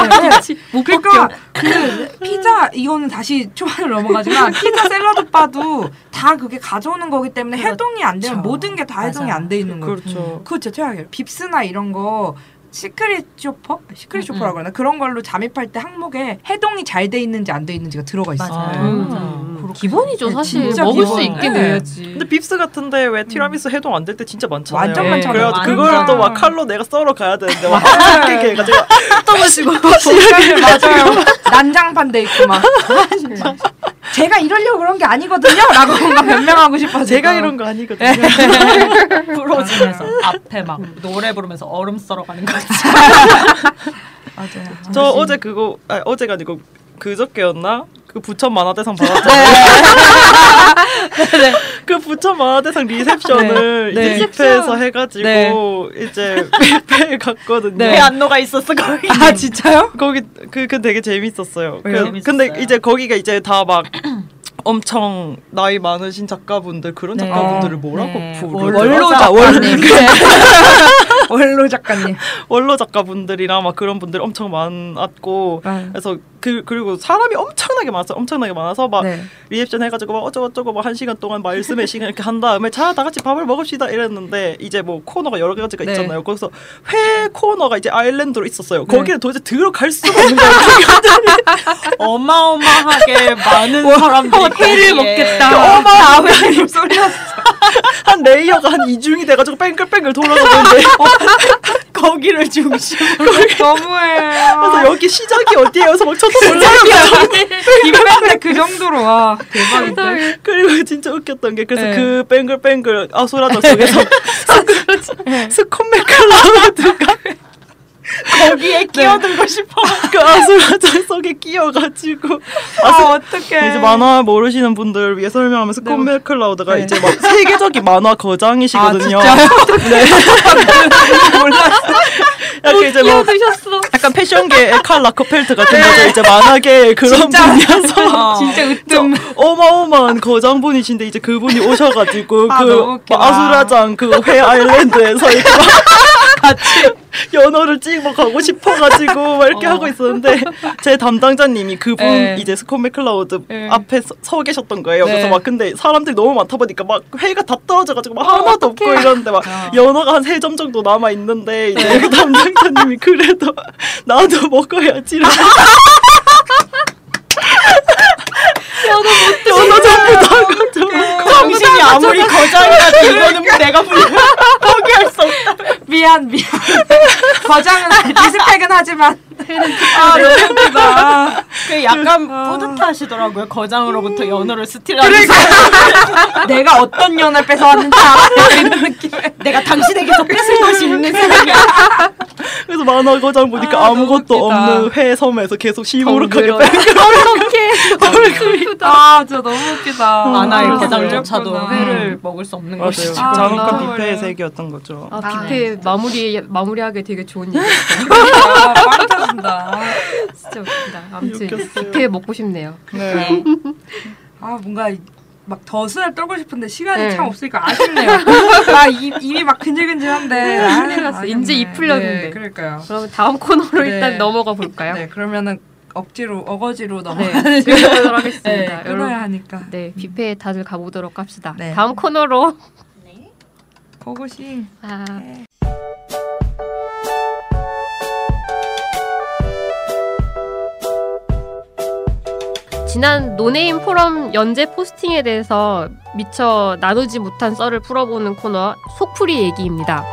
못
그러니까 그 피자 이거는 다시 초반을 넘어가지만 피자 샐러드 바도 다 그게 가져오는 거기 때문에 해동이 안 되면
그렇죠.
모든 게 다 해동이
맞아요.
안 돼 있는 거예요.
그렇죠.
그거 진짜 최악이에요. 빕스나 이런 거 시크릿 쇼퍼? 시크릿 쇼퍼라고 그러나? 그런 걸로 잠입할 때 항목에 해동이 잘 돼 있는지 안 돼 있는지가 들어가 있어요.
맞아요.
음.
그렇구나.
기본이죠 사실
네, 진짜
먹을
기본.
수 있게
네.
내야지.
근데 빕스 같은데 왜 티라미수 해동 안 될 때 진짜 많잖아요.
완전
많잖아요.
그래서
완전.
그걸 또 막 칼로 내가 썰어 가야 되는데 막 이렇게 해가지고
떨어지고 맞아요. 난장판 돼 있고 막. 제가 이러려고 그런 게 아니거든요라고 뭔가 변명하고 싶어.
제가 이런 거 아니거든요.
음. 부러지면서 음. 앞에 막 노래 부르면서 얼음 썰어 가는 거지.
맞아요.
저 어제 그거 아 어제가 아니고 그저께였나? 그 부천 만화대상 받았잖아요. 그 부천 만화대상 리셉션을
네.
이제
네.
뷔페에서 해가지고
네.
이제 뷔페에 갔거든요.
왜 안노가 있었어 거기.
네.
아 진짜요?
거기 그, 그 되게 재밌었어요.
왜요?
그, 근데
재밌었어요.
이제 거기가 이제 다 막 엄청 나이 많으신 작가분들 그런
네.
작가분들을
어.
뭐라고
네.
부르죠?
원로
원로자 원로. 원로 작가님.
원로 작가분들이랑 막 그런 분들이 엄청 많았고
아,
그래서 그 그리고 사람이 엄청나게 많았어 엄청나게 많아서 막
네.
리액션 해가지고 막 어쩌고 저쩌고 막 한 시간 동안 말씀의 시간 이렇게 한 다음에 자 다 같이 밥을 먹읍시다 이랬는데 이제 뭐 코너가 여러 가지가
네.
있잖아요. 거기서 회 코너가 이제 아일랜드로 있었어요.
네.
거기를 도대체 들어갈 수가 없는 거예요.
어마어마하게 많은
뭐,
사람들이 회를 먹겠다.
뭐,
아,
어마어마한 한 레이어가 한 이중이 돼가지고 뺑글뺑글 돌아가는데
거기를 중심으로 너무해요.
그래서 여기 시작이 어디예요?서 뭐 막 쳐다보려
이벤트 그 정도로 와 대박인데.
그리고 진짜 웃겼던 게 그래서
네.
그 뱅글뱅글 아소라다 속에서
네.
스콘맥클라우드가 거기에 끼어들고 싶어 그 아소라다 속에 끼어가지고
아
아소
어떡해.
이제 만화 모르시는 분들을 위해 설명하면 스콘맥클라우드가
네.
이제 막 세계적인 만화 거장이시거든요.
아, 진짜?
약간 이제 뭐
드셨어.
약간 패션계의 칼 라커펠트 같은
네.
거죠. 이제 만화계의 그런 분이어서
진짜
저
으뜸.
어마어마한 거장분이신데 이제 그분이 오셔가지고
아, 너무
그
웃기다.
아수라장 그 회 아일랜드에서 이렇게 막 같이 연어를 찍어 가고 싶어가지고 막 이렇게 하고 있었는데 제 담당자님이 그분
네.
이제 스콘 맥클라우드
네.
앞에 서, 서 계셨던 거예요.
네.
그래서 막 근데 사람들이 너무 많다 보니까 막 회가 다 떨어져가지고 막 하나도 없고 이러는데 막 연어가 한 세 점 정도 남아 있는데 이제 그 담당자님이 그래도 나도 먹어야지. 이러면서 연어 전부 다 가져.
당신이 아무리 그러니까. 거장이라도 이거는 내가 불러.
포기할 수 없어.
미안 미안. 거장은 리스펙은 하지만. 아
네.
너무 웃기다.
그 약간 뿌듯하시더라고요. 거장으로부터 연어를 스틸하는 음.
그러니까.
그
내가 어떤 연을 뺏어왔는지 알아. 이런 느낌.
내가 당신에게 더 뺏을 것이 있는 생각이야.
그래서 만화 거장 보니까
아,
아,
너무 웃기다.
아무것도 없는 회 섬에서 계속 시무룩하게 빼.
아 진짜 너무 웃기다.
만화
아,
일대장조차도
그렇구나. 음.
회를 먹을 수 없는
아, 네.
거죠.
진짜
아,
장관
그래.
뷔페의 세계였던 거죠.
아, 뷔페 마무리 마무리하게 되게 좋은 얘기.
아, 빵 터진다.
진짜 웃긴다. 아무튼
웃겼어요.
뷔페 먹고 싶네요.
네.
네.
아 뭔가 이- 막 더스를 떨고 싶은데 시간이
네.
참 없으니까 아쉽네요. 아 이, 입이 막 근질근질한데. 아,
큰일 났어. 이제
아쉽네.
입 풀렸는데.
네, 그러니까요.
그럼 다음 코너로
네.
일단 넘어가 볼까요?
네 그러면은 억지로 어거지로 넘어가야
네, 들어가도록 하겠습니다. 여러분,
끊어야 하니까.
네, 뷔페에 다들 가보도록 합시다.
네.
다음 코너로.
그것이
아, 지난 노네임 포럼 연재 포스팅에 대해서 미처 나누지 못한 썰을 풀어보는 코너 속풀이 얘기입니다.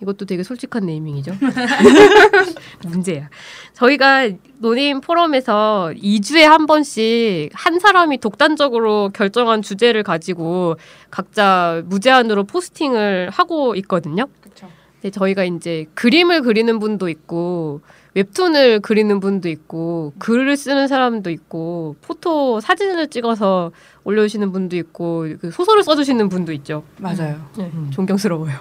이것도 되게 솔직한 네이밍이죠. 문제야. 저희가 노님 포럼에서 2주에 한 번씩 한 사람이 독단적으로 결정한 주제를 가지고 각자 무제한으로 포스팅을 하고 있거든요.
그쵸.
근데 저희가 이제 그림을 그리는 분도 있고 웹툰을 그리는 분도 있고 글을 쓰는 사람도 있고 포토 사진을 찍어서 올려주시는 분도 있고 그 소설을 써주시는 분도 있죠.
맞아요.
존경스러워요.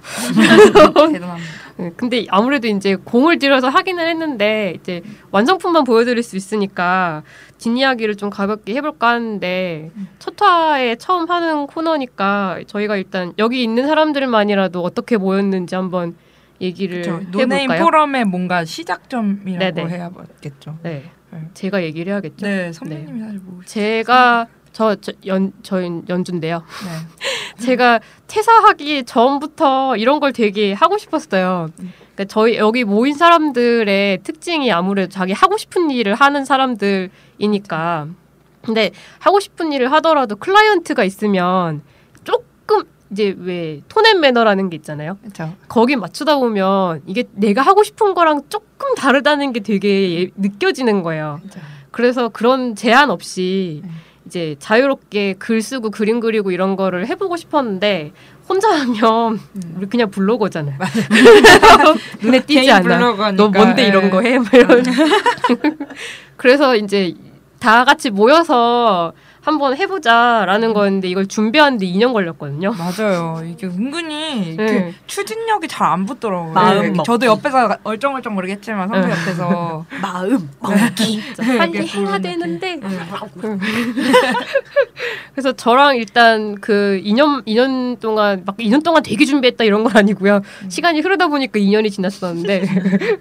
대단합니다.
네, 근데 아무래도 이제 공을 들여서 하기는 했는데 이제 완성품만 보여드릴 수 있으니까 뒷이야기를 좀 가볍게 해볼까 하는데 첫 화에 처음 하는 코너니까 저희가 일단 여기 있는 사람들만이라도 어떻게 모였는지 한번 얘기를
그렇죠. 노네임
해볼까요?
포럼의 뭔가 시작점이라고
네네.
해야 맞겠죠.
네,
네.
제가 얘기를 해야겠죠.
네 선배님이 사실 뭐
제가 저연저 연주인데요.
네.
제가 퇴사하기 전부터 이런 걸 되게 하고 싶었어요. 그러니까 저희 여기 모인 사람들의 특징이 아무래도 자기 하고 싶은 일을 하는 사람들이니까. 근데 하고 싶은 일을 하더라도 클라이언트가 있으면 조금 이제 왜 톤앤 매너라는 게 있잖아요.
그렇죠.
거기 맞추다 보면 이게 내가 하고 싶은 거랑 조금 다르다는 게 되게 예- 느껴지는 거예요. 그래서 그런 제한 없이
네.
이제 자유롭게 글 쓰고 그림 그리고 이런 거를 해보고 싶었는데 혼자 하면
음.
우리 그냥 블로거잖아요. 눈에 띄지
개인
않아.
블로거니까.
너 뭔데
예.
이런 거 해? 뭐 이런. 그래서 이제 다 같이 모여서 한번
음.
해보자라는 거였는데 이걸 준비하는데 2년 걸렸거든요.
맞아요. 이게 은근히 이렇게
네.
추진력이 잘 안 붙더라고요.
마음
이게
먹기.
저도 옆에서 얼쩡얼쩡 모르겠지만
네.
선배 옆에서
마음 네.
네,
빨리
이렇게
해야
부르는
되는데
음.
그래서 저랑 일단 그 2년 2년 동안 막 2년 동안 되게 준비했다 이런 건 아니고요. 시간이 흐르다 보니까 2년이 지났었는데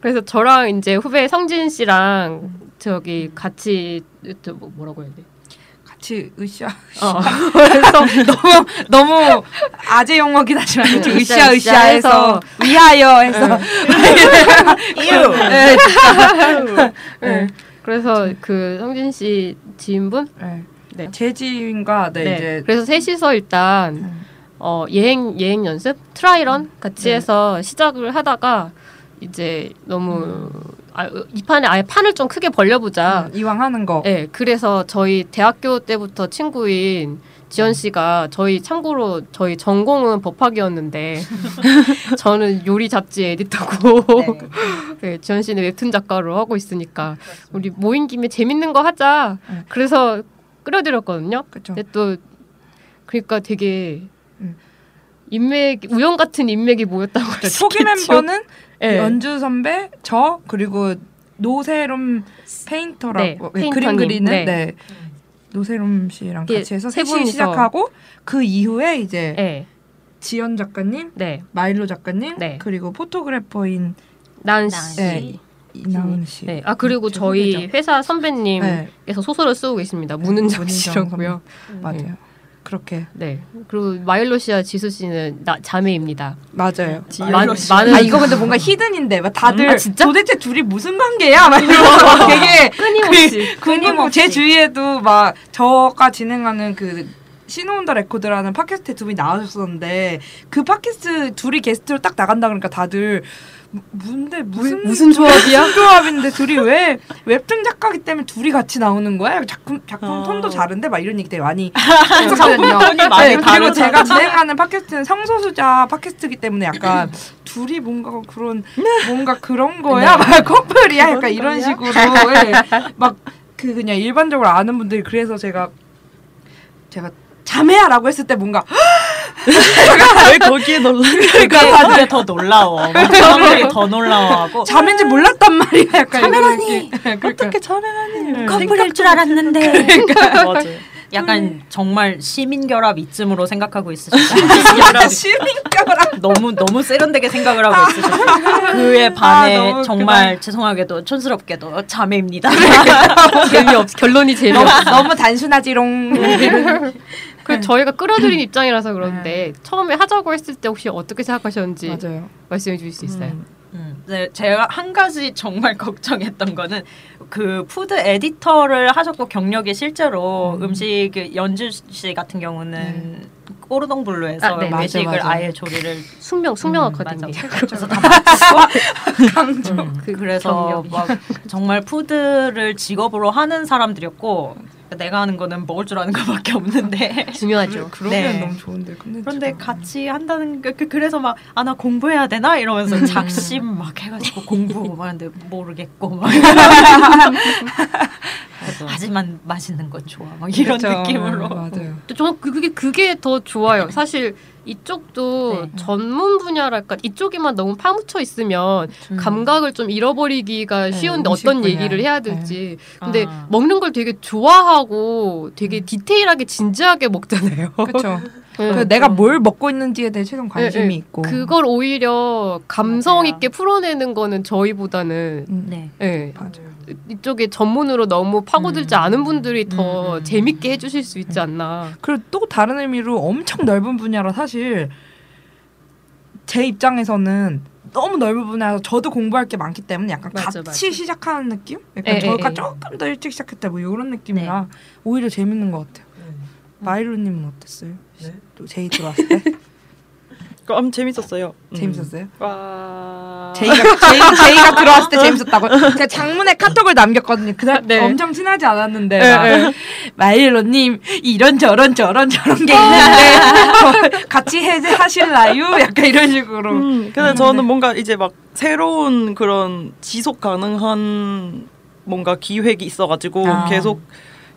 그래서 저랑 이제 후배 성진 씨랑 저기 같이 저 뭐- 뭐라고 해야 돼?
같이 으쌰
어.
그래서 너무 너무 아재 용어긴 하지만
네,
좀
으쌰,
으쌰
으쌰
으쌰해서 위하여 해서
이유.
네.
네. 그래서 그 성진 씨 지인분
네.
네.
재진과 네,
네.
이제
그래서 셋이서 일단
음.
어, 예행 예행 연습 트라이런 같이
네.
해서 시작을 하다가 이제 너무 아, 이 판에 아예 판을 좀 크게 벌려보자.
이왕 하는 거
네, 그래서 저희 대학교 때부터 친구인 지연 씨가 저희 참고로 저희 전공은 법학이었는데 저는 요리 잡지 에디터고 네, 지연 씨는 웹툰 작가로 하고 있으니까 우리 모인 김에 재밌는 거 하자.
네.
그래서 끌어들였거든요.
그렇죠.
근데 또 그러니까 되게
음.
인맥 우연 같은 인맥이 모였다고 할 수
네, 초기
있겠죠.
멤버는
네.
연주 선배, 저 그리고 노세롬
네,
페인터라고 네,
페인터님.
그림 그리는
네.
네. 노세롬 씨랑
예,
같이 해서
세
셋이
분이서.
시작하고 그 이후에 이제
네.
지연 작가님,
네.
마일로 작가님
네.
그리고 포토그래퍼인
나은 씨.
네. 이나은 씨.
네. 아 그리고
제
저희
후배죠.
회사 선배님께서
네,
소설을 쓰고 계십니다. 문은정
문은정
씨라고요.
맞아요. 그렇게
네. 그리고 마일로시아 지수 씨는 나, 자매입니다.
맞아요.
마-
마일로시아.
많은
아 이거 근데 뭔가 히든인데 막 다들
음, 아, 진짜?
도대체 둘이 무슨 관계야? 막 이러면서 되게
끊임없이
궁금하고 제 주위에도 막 저가 진행하는 그 신혼더 레코드라는 팟캐스트에 두 분이 나와주셨었는데 그 팟캐스트 둘이 게스트로 딱 나간다 그러니까 다들 무- 뭔데 무슨
무슨 조합이야?
무슨 조합인데 둘이 왜 웹툰 작가기 때문에 둘이 같이 나오는 거야? 작품 작품
어.
톤도 다른데 막 이런 얘기 되게 많이
작품 톤이 많이
그리고
다르죠.
제가 진행하는 팟캐스트는 성소수자 팟캐스트이기 때문에 약간 둘이 뭔가 그런 뭔가 그런 거야 막 커플이야 약간 이런 식으로 막 그 그냥 일반적으로 아는 분들이 그래서 제가 제가 자매야라고 했을 때 뭔가
왜 거기에 놀라? 그러니까 다들 더 놀라워.
아,
사람들이 더 놀라워하고.
자매인지 몰랐단 말이야 약간 예,
카메라니!
어떻게
그러니까 커플일 줄 알았는데
맞아.
음.
약간 정말 시민 결합 이쯤으로 생각하고 있으셨다.
시민가라
너무 너무 세련되게 생각을 하고 있으셨어요. 그에 반해
아, 너무
정말 죄송하게도 촌스럽게도 자매입니다.
재미없 결론이 재미없.
너무 너무 단순하지롱
그 저희가 끌어들인 입장이라서 그런데 처음에 하자고 했을 때 혹시 어떻게 생각하셨는지
맞아요
말씀해 주실 수 있어요?
음, 네, 제가 한 가지 정말 걱정했던 거는 그 푸드 에디터를 하셨고 경력이 실제로 음. 식 연주 씨 같은 경우는 꼬르동 블루에서
아, 네.
음. 맞아,
외식을
맞아.
아 예 조리를
숙명 숙명
음,
아카데미.
맞아.
그래서 다
강조
그-
그래서
경력이.
막 정말 푸드를 직업으로 하는 사람들이었고 내가 하는 거는 먹을 줄 아는 것밖에 없는데
중요하죠.
그러면
네.
너무 좋은데 컨텐츠가.
그런데 같이 한다는 게 그- 그래서 막 아 나 공부해야 되나
음.
이러면서 작심 막 해가지고 공부 막 하는데 모르겠고 막 하지만 맛있는 건 좋아 막 이런
그렇죠.
느낌으로
맞아요
또 저는 그- 그게 그게 더 좋아요. 사실 이쪽도 전문 분야랄까 이쪽에만 너무 파묻혀 있으면
음. 네,
감각을 좀 잃어버리기가 쉬운데
음식
어떤
분야.
얘기를 해야 될지. 근데
아. 음.
먹는 걸 되게 좋아하고 되게 디테일하게 진지하게 먹잖아요.
그렇죠
네.
그 내가 뭘 먹고 있는지에 대해 최선 관심이
예, 예.
있고
그걸 오히려 감성
맞아요.
있게 풀어내는 거는 저희보다는
음,
네
예,
맞아요
이쪽에 전문으로 너무 파고들지
음.
않은 분들이 더
음, 음.
재밌게 해주실 수 있지 않나.
그리고 또 다른 의미로 엄청 넓은 분야라 사실 제 입장에서는 너무 넓은 분야라서 저도 공부할 게 많기 때문에 약간
맞아, 맞아.
같이
예,
시작하는 느낌? 약간
에,
저희가
에, 에.
조금 더 일찍 시작했다 뭐 이런
네.
느낌이라 오히려 재밌는 것 같아요. 마이로님은 어땠어요?
네.
또 제이 들어왔을 때
그럼 재밌었어요. 음.
재밌었어요?
와.
제이가 제이, 제이가 들어왔을 때 재밌었다고요. 제가 장문에 카톡을 남겼거든요. 그날
네.
엄청 친하지 않았는데
네,
막 마일로님 이런 저런 저런 저런 게 있는데 저 같이 해제하실라요? 약간 이런 식으로.
어. 음, 근데 저는 뭔가 이제 막 새로운 그런 지속 가능한 뭔가 기획이 있어가지고
아.
계속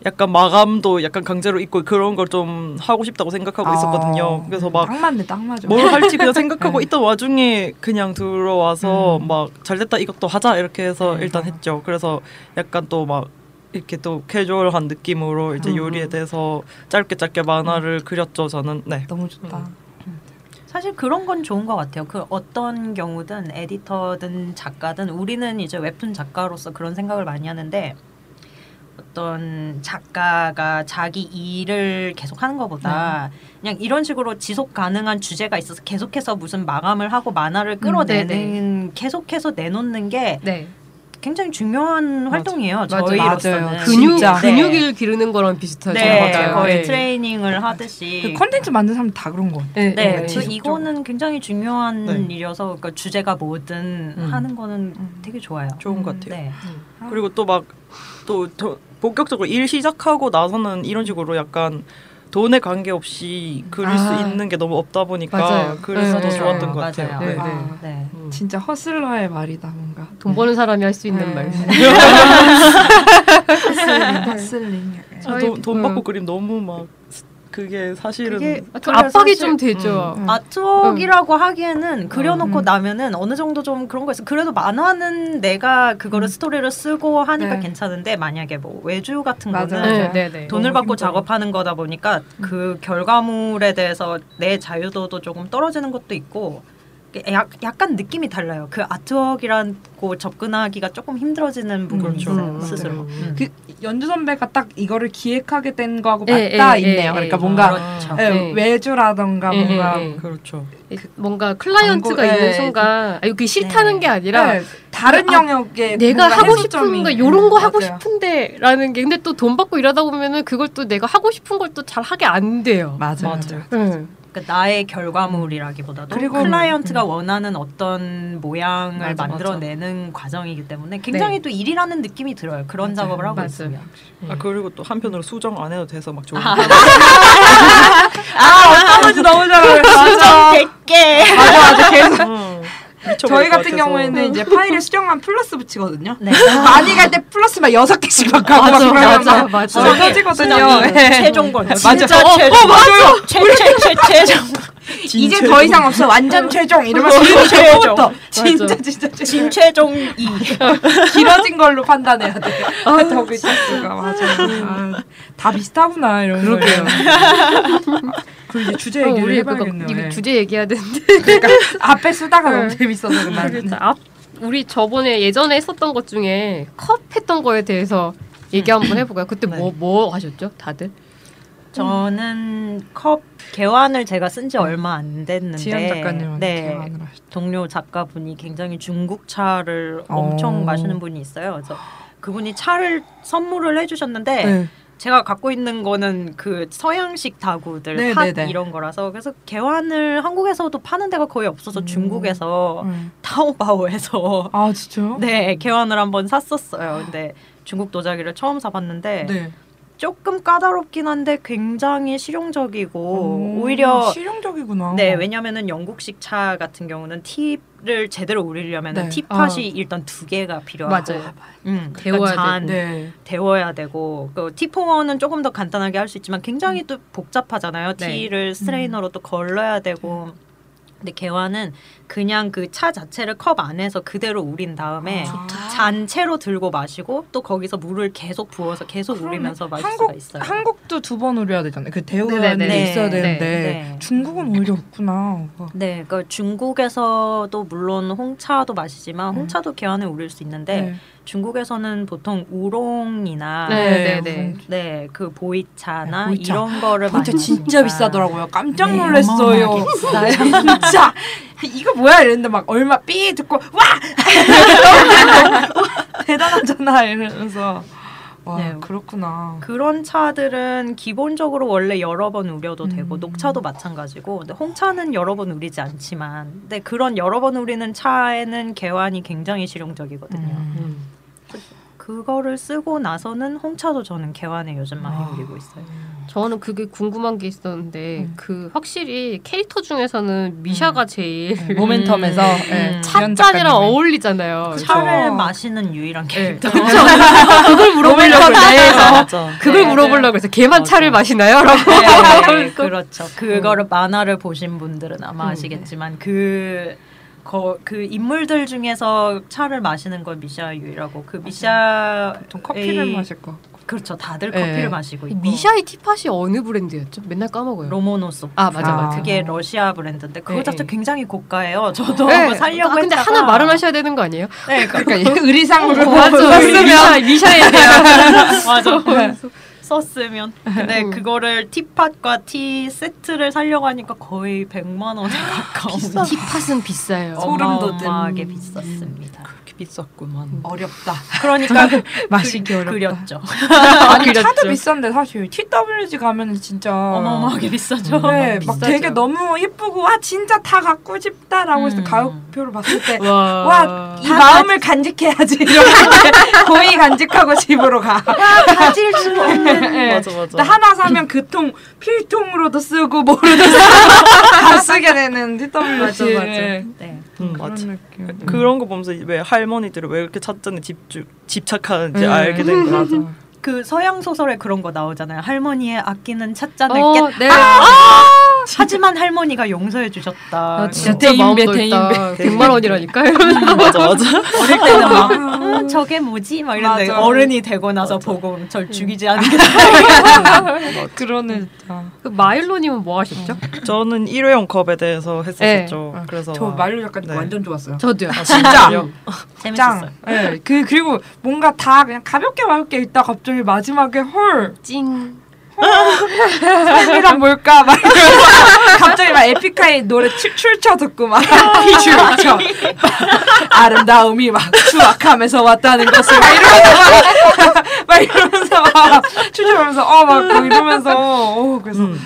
약간 마감도 약간 강제로 있고 그런 걸 좀 하고 싶다고 생각하고 있었거든요. 그래서 막
아, 딱 맞네, 딱 맞아.
뭘 할지 그냥 생각하고
네.
있던 와중에 그냥 들어와서 막 잘됐다 이것도 하자 이렇게 해서
네.
일단 했죠. 그래서 약간 또 막 이렇게 또 캐주얼한 느낌으로 이제 요리에 대해서 짧게 짧게 만화를 그렸죠. 저는 네.
너무 좋다.
사실 그런 건 좋은 것 같아요. 그 어떤 경우든 에디터든 작가든 우리는 이제 웹툰 작가로서 그런 생각을 많이 하는데 어떤 작가가 자기 일을 계속 하는 것보다
네.
그냥 이런 식으로 지속 가능한 주제가 있어서 계속해서 무슨 마감을 하고
음,
만화를 끌어내는 계속해서 내놓는 게
네.
굉장히 중요한 활동이에요.
맞아.
저희로서는
맞아요.
근육
진짜.
근육을 기르는 거랑 비슷하죠.
네,
맞아요.
거의
네.
트레이닝을 하듯이
그 컨텐츠 만든 사람 다 그런 것 같아.
네.
네,
네.
그 이거는 굉장히 중요한
그렇죠. 네.
일이어서 그러니까 주제가 뭐든
음.
하는 거는 되게 좋아요.
좋은 것
음,
같아요.
네,
그리고 또 막 또 본격적으로 일 시작하고 나서는 이런 식으로 약간 돈에 관계없이 그릴 수
아.
있는 게 너무 없다 보니까
맞아요.
그래서
네,
더
네,
좋았던
네,
것
맞아요.
같아요.
네,
네.
네.
아,
네.
음.
진짜 허슬러의 말이다 뭔가.
돈 버는 사람이 할 수 있는
네.
말.
허슬링, 허슬링. 약간.
아, 돈, 돈 받고 그림 너무 막 스- 그게 사실은
그게
좀 압박이 좀 되죠.
되죠.
음.
아트웍이라고
음.
하기에는 그려놓고
음.
나면은 어느 정도 좀 그런 거 있어. 그래도 만화는 내가
음.
그거를 스토리를 쓰고 하니까
네.
괜찮은데 만약에 뭐 외주 같은
맞아요.
거는
네.
네, 네, 네.
돈을
너무 음.
받고
힘들어.
작업하는 거다 보니까 그 결과물에 대해서 내 자유도도 조금 떨어지는 것도 있고 약, 약간 느낌이 달라요. 그 아트웍이라고 접근하기가 조금 힘들어지는 부분이
그렇죠.
있어요.
음,
스스로.
맞아요.
음.
그 연주 선배가 딱 이거를 기획하게 된 거하고
예,
맞닿아
예, 예,
있네요. 그러니까
예.
뭔가
그렇죠.
예,
네.
외주라던가
예,
뭔가
예, 예.
그렇죠.
뭔가 클라이언트가
광고, 예.
있는 순간 아니 그게 싫다는
네.
게 아니라
네, 다른
아,
영역에
내가
뭔가
하고
해소점이-
싶은 거 요런 거 하고
맞아요.
싶은데라는 게 근데 또 돈 받고 일하다 보면은 그걸 또 내가 하고 싶은 걸 또 잘 하게 안 돼요.
맞아요.
맞아요.
맞아요.
응.
그러니까 나의 결과물이라기보다도
그리고- 음.
클라이언트가 원하는 어떤 모양을
맞아, 맞아.
만들어내는 과정이기 때문에
네.
굉장히 또 일이라는 느낌이 들어요. 그런 작업을 하고
맞아요.
있으면.
예.
아 그리고 또 한편으로 수정 안 해도 돼서 막 좋은
아.
거.
아버지 너무 잘하고 맞아.
100개!
맞아 맞아 계속
음, 미쳐버릴
저희
것
같은
같아서. 음.
경우에는 이제 파일에 수정만 플러스 붙이거든요.
네.
많이 갈 때 플러스 막 여섯 개씩 막 가고 막
맞아,
그러면
맞아,
막
맞아. 어,
진짜 터지거든요.
수정이
예.
최종 권.
맞아. 어, 어 맞아요.
최최최최최
이제 더 이상 없어. 완전 최종 이러면서 최종부터 진짜 진짜 최종.
진최종 2.
길어진 걸로 판단해야 돼. 더 글자수가 맞아. 아, 다 비슷하구나 이런 거.
그러게요.
그 이제 주제
어,
얘기를
우리 그거
해봐야겠네요.
이거
예.
주제 얘기해야 되는데
그러니까 앞에 쓰다가 너무
네.
재밌어서 그날.
그래서 앞 우리 저번에 예전에 했었던 것 중에 컵 했던 거에 대해서 얘기
음.
한번 해볼까요? 그때
네.
뭐 뭐 하셨죠? 다들?
저는 컵 개환을 제가 쓴 지 얼마 안 됐는데
지현 작가님한테
네.
대화를 하셨죠.
동료 작가분이 굉장히 중국 차를
어.
엄청 마시는 분이 있어요. 그래서 그분이 차를 선물을 해주셨는데
네.
제가 갖고 있는 거는 그 서양식 다구들
네,
팥
네, 네.
이런 거라서 그래서 개환을 한국에서도 파는 데가 거의 없어서
음.
중국에서
음.
타오바오에서
아 진짜요?
네 개환을 한번 샀었어요. 근데 중국 도자기를 처음 사봤는데
네.
조금 까다롭긴 한데 굉장히 실용적이고
오,
오히려
음, 아, 실용적이구나.
네 왜냐면은 영국식 차 같은 경우는 팁을 제대로 올리려면은
네.
팁팟이
어.
일단 두 개가 필요하고
맞아요.
음, 그러니까
데워야
잔
어, 네.
데워야 되고 그 티포어는 조금 더 간단하게 할 수 있지만 굉장히 또 복잡하잖아요
네.
티를 스트레이너로 또 걸러야 되고 근데 개화는 그냥 그 차 자체를 컵 안에서 그대로 우린
아,
다음에
좋다.
잔채로 들고 마시고 또 거기서 물을 계속 부어서 계속
그러네.
우리면서 마실
한국-
수가 있어요.
한국도 두 번 우려야 되잖아요. 그
네,
대우하는
네,
게
네.
있어야
네,
되는데
네.
중국은 오히려 없구나. 어.
네, 그러니까 중국에서도 물론 홍차도 마시지만
음.
홍차도 개화는 우릴 수 있는데
네.
중국에서는 보통
아,
우롱이나
네.
뭐.
네 그 보이차나
네, 보이차.
이런 거를
진짜
많이
진짜
먹으니까.
비싸더라고요. 깜짝
네,
놀랐어요.
어마어마하게
진짜 이거 뭐야 이랬는데 막 얼마 삐 듣고 와 대단하잖아 이러면서 와
네.
그렇구나.
그런 차들은 기본적으로 원래 여러 번 우려도
음.
되고 녹차도 마찬가지고 근데 홍차는 여러 번 우리지 않지만 근데 그런 여러 번 우리는 차에는 개환이 굉장히 실용적이거든요.
음.
그거를 쓰고 나서는 홍차도 저는 개환에 요즘 많이
아.
우리고 있어요.
저는 그게 궁금한 게 있었는데
음.
그 확실히 캐릭터 중에서 는 미샤가 제일
모멘텀에서
음.
예.
음.
지연
찻잔이랑
작가님의-
어울리잖아요.
그쵸.
차를 마시는 유일한
네.
캐릭터.
그쵸. 그걸 물어보려고 내에서
맞아.
그걸
네,
물어보려고 그래서 걔만
맞아.
차를 마시나요? 라고
네,
음.
그렇죠. 그거를 만화를 보신 분들은 아마 아시겠지만 그. 거, 그 인물들 중에서 차를 마시는 건 미샤 유이라고 그 미샤
보통 커피를 마실 거.
그렇죠 다들
네.
커피를 마시고 있고
미샤의 티팟이 어느 브랜드였죠? 맨날 까먹어요.
로모노소
아 맞아
아.
맞아.
그게 러시아 브랜드인데 그거
네,
자체
네.
굉장히 고가예요. 저도
네.
한번 살려고
아, 근데
했다가
하나 말을 하셔야 되는 거 아니에요? 뭐
네, 그-
그러니까 의리상으로
맞아. 미샤 미샤에 대한
맞아. 썼으면. 근데
네. 음.
그거를 티팟과 티 세트를 살려고 하니까 거의 100만 원에 가까운
티팟은 비싸요.
소- 소름 돋은.
어마어마하게 비쌌습니다.
그렇게 비쌌구만.
어렵다. 그러니까
마시기
그리-
어렵다.
그렸죠.
아니 차도 비싼데 사실 TWG 가면은 진짜
어마어마하게 비싸죠.
네, 막
비싸죠.
되게 너무 예쁘고 와 진짜 다 갖고 싶다라고 해서
음.
가격표를 봤을
음.
때
와.
와, 이 마음을 간직해야지. 어, 이러는데 고이 간직하고 집으로 가. 예,
가질 수
네.
없는.
맞아 맞아.
근데 하나 사면 그 통, 필통으로도 쓰고 뭐로도 쓰고 다 쓰게 되는 TWG.
네.
음,
그런
맞아.
느낌.
그런 거 보면서 왜 할머니들이 왜 이렇게 찻잔에 집중 집착하는지
음.
알게 된 거.
맞아.
그 서양 소설에 그런 거 나오잖아요. 할머니의 아끼는 찻잔을 깼
어, 네.
하지만 할머니가 용서해 주셨다.
어,
아, 진짜
대인배,
마음 넓다.
대인배.
100만 원이라니까.
맞아 맞아.
어릴 때는 막 음, 저게 뭐지? 막 이런데
맞아.
어른이 되고 나서 보고 절 죽이지 않는 게
아. 그러네, 진짜.
그 마일로님은 뭐 하셨죠?
음. 저는 일회용 컵에 대해서 했었죠.
네.
그래서
저
막-
말로 작가님
네.
완전 좋았어요.
저도요.
진짜.
아,
재밌었어요.
짱. 네, 그, 그리고 뭔가 다 그냥 가볍게 가볍게 있다 갑자기 마지막에 헐.
찡.
삶이란 뭘까 막 이러면서 갑자기 막 에픽하이 노래 출- 출처 듣고 막 출처 아름다움이 막 추악하면서 왔다는 것을 막 이러면서 막, 막 이러면서 막 추출하면서 어막 이러면서 어 그래서
음.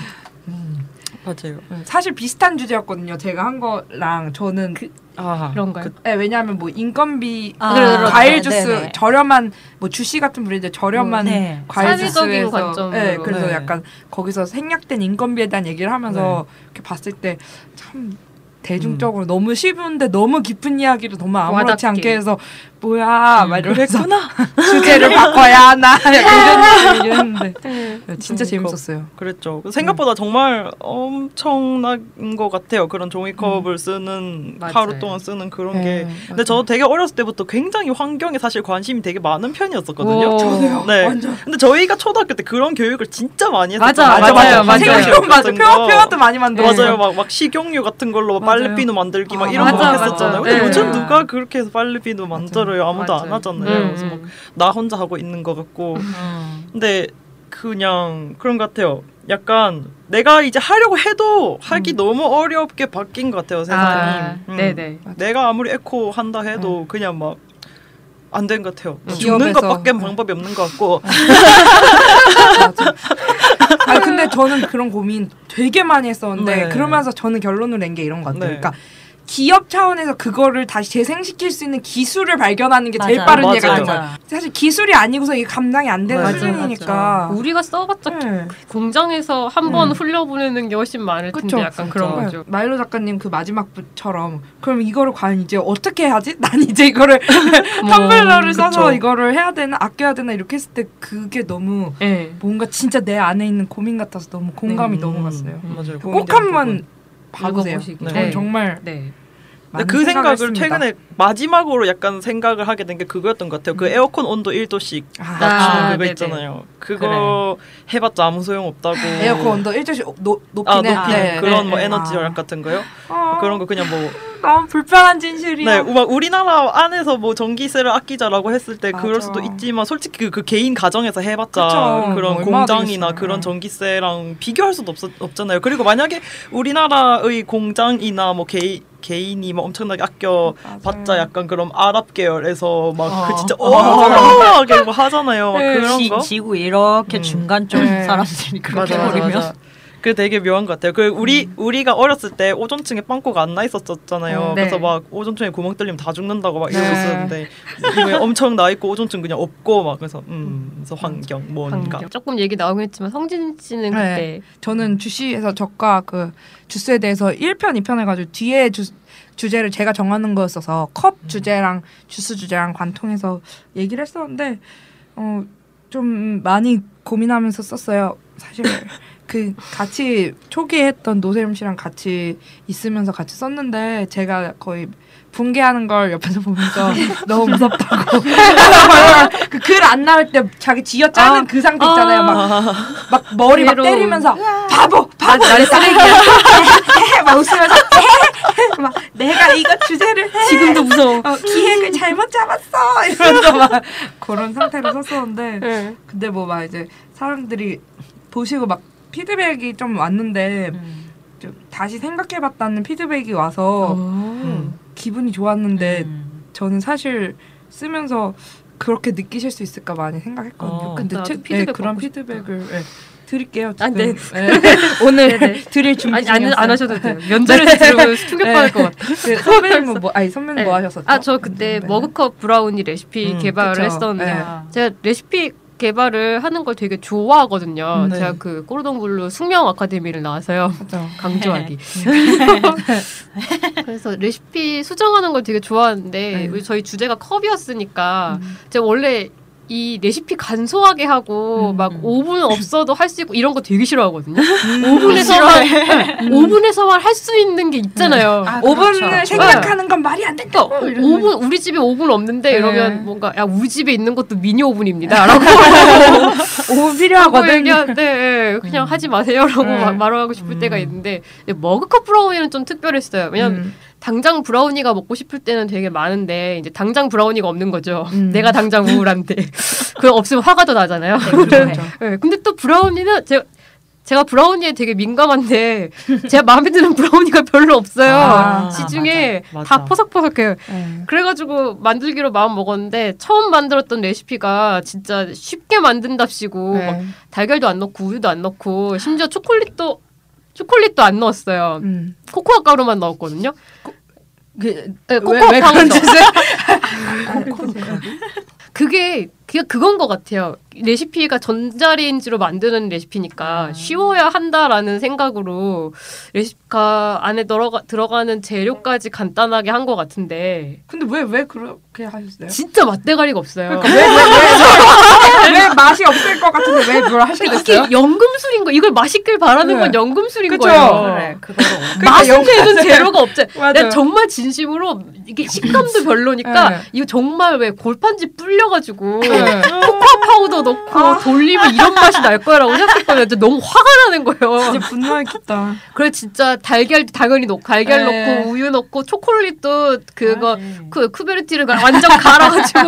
맞아요.
사실 비슷한 주제였거든요 제가 한 거랑 저는
그
아
그런가요?
네, 왜냐하면 뭐 인건비 뭐
아,
그렇죠.
과일
네,
주스
네네.
저렴한 뭐 주시 같은 브랜드 저렴한
네.
과일
뭐, 사회적인
주스에서
관점으로.
네, 그래서
네.
약간 거기서 생략된 인건비에 대한 얘기를 하면서
네.
이렇게 봤을 때 참 대중적으로 너무 쉬운데 너무 깊은 이야기를 너무 아무렇지
음. 와닿게. 음,
않게 해서 뭐야 막 이러면서
그랬구나.
주제를 바꿔야 하나
네.
약간 이런
네.
얘기했는데 진짜 재밌었어요.
그랬죠.
음.
생각보다 정말 엄청난 것 같아요. 그런 종이컵을 쓰는
음. 맞아요.
하루 동안 쓰는 그런 게.
네,
근데 저도 되게 어렸을 때부터 굉장히 환경에 사실 관심이 되게 많은 편이었었거든요.
오.
저도요.
네.
완전.
근데 저희가 초등학교 때 그런 교육을 진짜 많이 했어요.
맞아, 맞아요, 맞아요. 네.
생각해보면 맞아. 표어 표어도 많이 만들어.
네. 맞아요. 막, 막 식용유 같은 걸로
맞아요.
막 빨래비누 만들기 막
아,
이런 거
맞아,
막 했었잖아요.
맞아.
근데
네.
요즘 누가 그렇게 해서 빨래비누 만들어요? 아무도
맞아요.
안 하잖아요.
음,
그래서
음.
막 나 혼자 하고 있는 것 같고. 근데 그냥 그런 것 같아요. 약간 내가 이제 하려고 해도
음.
하기 너무 어렵게 바뀐 것 같아요 세상이.
아,
음.
네네.
내가 아무리 에코 한다
음.
해도 그냥 막. 안 된 것 같아요. 죽는
기업에서. 음.
것밖에 방법이 없는 것 같고.
맞아. 아 근데 저는 그런 고민 되게 많이 했었는데
네.
그러면서 저는 결론을 낸 게 이런 것 같아요.
네.
그러니까 기업 차원에서 그거를 다시 재생시킬 수 있는 기술을 발견하는 게 제일
맞아요.
빠른
맞아요.
예가 된 거예요. 사실 기술이 아니고서 이게 감당이 안 되는
맞아요.
수준이니까.
우리가 써봤자
음.
네.
공장에서 한 번
음.
흘려보내는 게 훨씬 많을 텐데
그쵸.
약간 그런
정말
거죠.
마일로 작가님 그 마지막 부처럼 그럼 이거를 과연 이제 어떻게 해야지? 난 이제 이거를
뭐
텀블러를 써서
뭐, 그쵸.
이거를 해야 되나 아껴야 되나 이렇게 했을 때 그게 너무
네.
예.
뭔가 진짜 내 안에 있는 고민 같아서 너무 공감이
음,
너무 갔어요.
맞아요.
그 꼭 한번 봐보세요.
읽어보시기.
네.
저는
네.
정말
네.
근데
많은
그 생각을
했습니다.
최근에 마지막으로 약간 생각을 하게 된 게 그거였던 것 같아요. 그 에어컨 온도 1도씩
음. 아,
나-
낮추는
아,
그거
네네.
있잖아요. 그거 해봤자 아무 소용 없다고.
에어컨 온도 1조씩 높이는
아 높이
네,
그런
네,
뭐
네.
에너지
아.
절약 같은 거요?
아,
그런 거 그냥 뭐
너무 불편한 진실이야.
네, 막 우리나라 안에서 뭐 전기세를 아끼자라고 했을 때 그럴
맞아.
수도 있지만 솔직히 그, 그 개인 가정에서 해봤자
그쵸. 뭐
그런
얼마나
공장이나
되겠어요. 네.
그런 전기세랑 비교할 수도 없, 없잖아요. 그리고 만약에 우리나라의 공장이나 뭐 개인 개인이 막 엄청나게 아껴 봤자 약간 그런 아랍 계열에서 막 그
어.
진짜 어마어마하게 뭐 하잖아요. 막 그런 거.
지, 지구 이렇게
음.
중간 쪽
네.
사람들이 그렇게 버리면
그 되게 묘한 것 같아요. 그 우리 우리가 어렸을 때 오존층에 빵꾸가 안 나 있었잖아요.
음, 네.
그래서 막 오존층에 구멍 뚫리면 다 죽는다고 막 이러고
네.
있었는데 이게 엄청 나 있고 오존층 그냥 없고 막 그래서 음 그래서 환경 뭔가
환경. 조금 얘기 나오긴 했지만 성진 씨는
네.
그때
저는 주시에서 저가 그 주스에 대해서 1편, 2편 해가지고 뒤에 주, 주제를 제가 정하는 거였어서 컵 주제랑 주스 주제랑 관통해서 얘기를 했었는데 어, 좀 많이 고민하면서 썼어요. 사실 그 같이 초기에 했던 노세림 씨랑 같이 있으면서 같이 썼는데 제가 거의 붕괴하는 걸 옆에서 보면서 너무 무섭다고 그 글 안 나올 때 자기 쥐어짜는 그 상태 있잖아요 막 막 머리 막
괴로움.
때리면서 바보 바보 나 아. 쓰레기야 막 웃으면서 막 내가 이거 주제를
지금도 무서워.
어, 기획을 잘못 잡았어 이러면서 막 그런 상태로 썼었는데
네.
근데 뭐 막 이제 사람들이 보시고 막 피드백이 좀 왔는데
음.
좀 다시 생각해봤다는 피드백이
어.
와서
음.
기분이 좋았는데
음.
저는 사실 쓰면서 그렇게 느끼실 수 있을까 많이 생각했거든요.
어.
근데
나도
책-
피드백
네, 그런
받고 싶다.
피드백을 네, 드릴게요.
아, 네.
지금. 네. 오늘
네네.
드릴 준비
아니 안,
중이었어요.
안 하셔도 돼요. 네. 면전에서 들으면 충격받을 것 같아요. 네.
그 선배님은 뭐 아니 선배님 뭐 하셨었죠?
아저 그때
네.
머그컵 브라우니 레시피
음,
개발을
그쵸.
했었는데
네.
아.
제가 레시피 개발을 하는 걸 되게 좋아하거든요.
네.
제가 그 꼬르동블루 숙명 아카데미를 나와서요.
맞죠.
강조하기.
네.
그래서 레시피 수정하는 걸 되게 좋아하는데
네.
우리 저희 주제가 컵이었으니까 제가 원래 이 레시피 간소하게 하고
음.
막 오븐 없어도 할 수 있고 이런 거 되게 싫어하거든요.
음,
오븐에서만 오븐에서만 할 수 있는 게 있잖아요.
아,
오븐을
그렇죠.
생각하는 건 음. 어, 말이 안 된다.
그러니까 오븐 우리 집에 오븐 없는데
네.
이러면 뭔가 야 우리 집에 있는 것도 미니 오븐입니다라고
오븐
하고
필요하거든.
얘기하는데 예, 예, 그냥 하지 마세요라고
네.
막 말하고 싶을 때가
음.
있는데 근데 머그컵 브라우니는 좀 특별했어요. 왜냐면
음.
당장 브라우니가 먹고 싶을 때는 되게 많은데 이제 당장 브라우니가 없는 거죠.
음.
내가 당장 우울한데 그 없으면 화가 더 나잖아요.
네.
그렇죠.
예, 근데 또 브라우니는 제, 제가 브라우니에 되게 민감한데 제가 마음에 드는 브라우니가 별로 없어요. 그
아,
시중에
맞아, 맞아.
다 퍼석퍼석해요.
네.
그래가지고 만들기로 마음 먹었는데 처음 만들었던 레시피가 진짜 쉽게 만든답시고 막
네.
달걀도 안 넣고 우유도 안 넣고 심지어 초콜릿도 초콜릿도 안 넣었어요.
음.
코코아 가루만 넣었거든요.
그,
네,
왜,
코코아
왜
파우더.
그런 짓을?
그게 그게 그건 것 같아요. 레시피가 전자레인지로 만드는 레시피니까
아.
쉬워야 한다라는 생각으로 레시피가 안에 들어가, 들어가는 재료까지 간단하게 한 것 같은데
근데 왜 왜 그렇게 하셨어요?
진짜 맛대가리가 없어요.
왜, 왜, 왜, 왜, 왜 맛이 없을 것 같은데 왜 그걸 하시게
이게
됐어요?
연금술인 거 이걸 맛있길 바라는
그렇죠? 네.
건 연금술인
그쵸? 그러니까
거예요.
그래 그거로
맛은 되는 재료가 없잖아.
맞아요.
내가 정말 진심으로 이게 식감도 별로니까
네.
이거 정말 왜 골판지 불려가지고
네.
코코아 파우더 넣고 돌리면 이런 맛이 날 거라고 생각했거든요. 근데 너무 화가 나는 거예요.
진짜 분노했겠다.
그래 진짜 달걀 당연히 넣고 달걀
네. 아.
넣고 우유 넣고 초콜릿도 그거 그 쿠베르티를 가- 완전 갈아가지고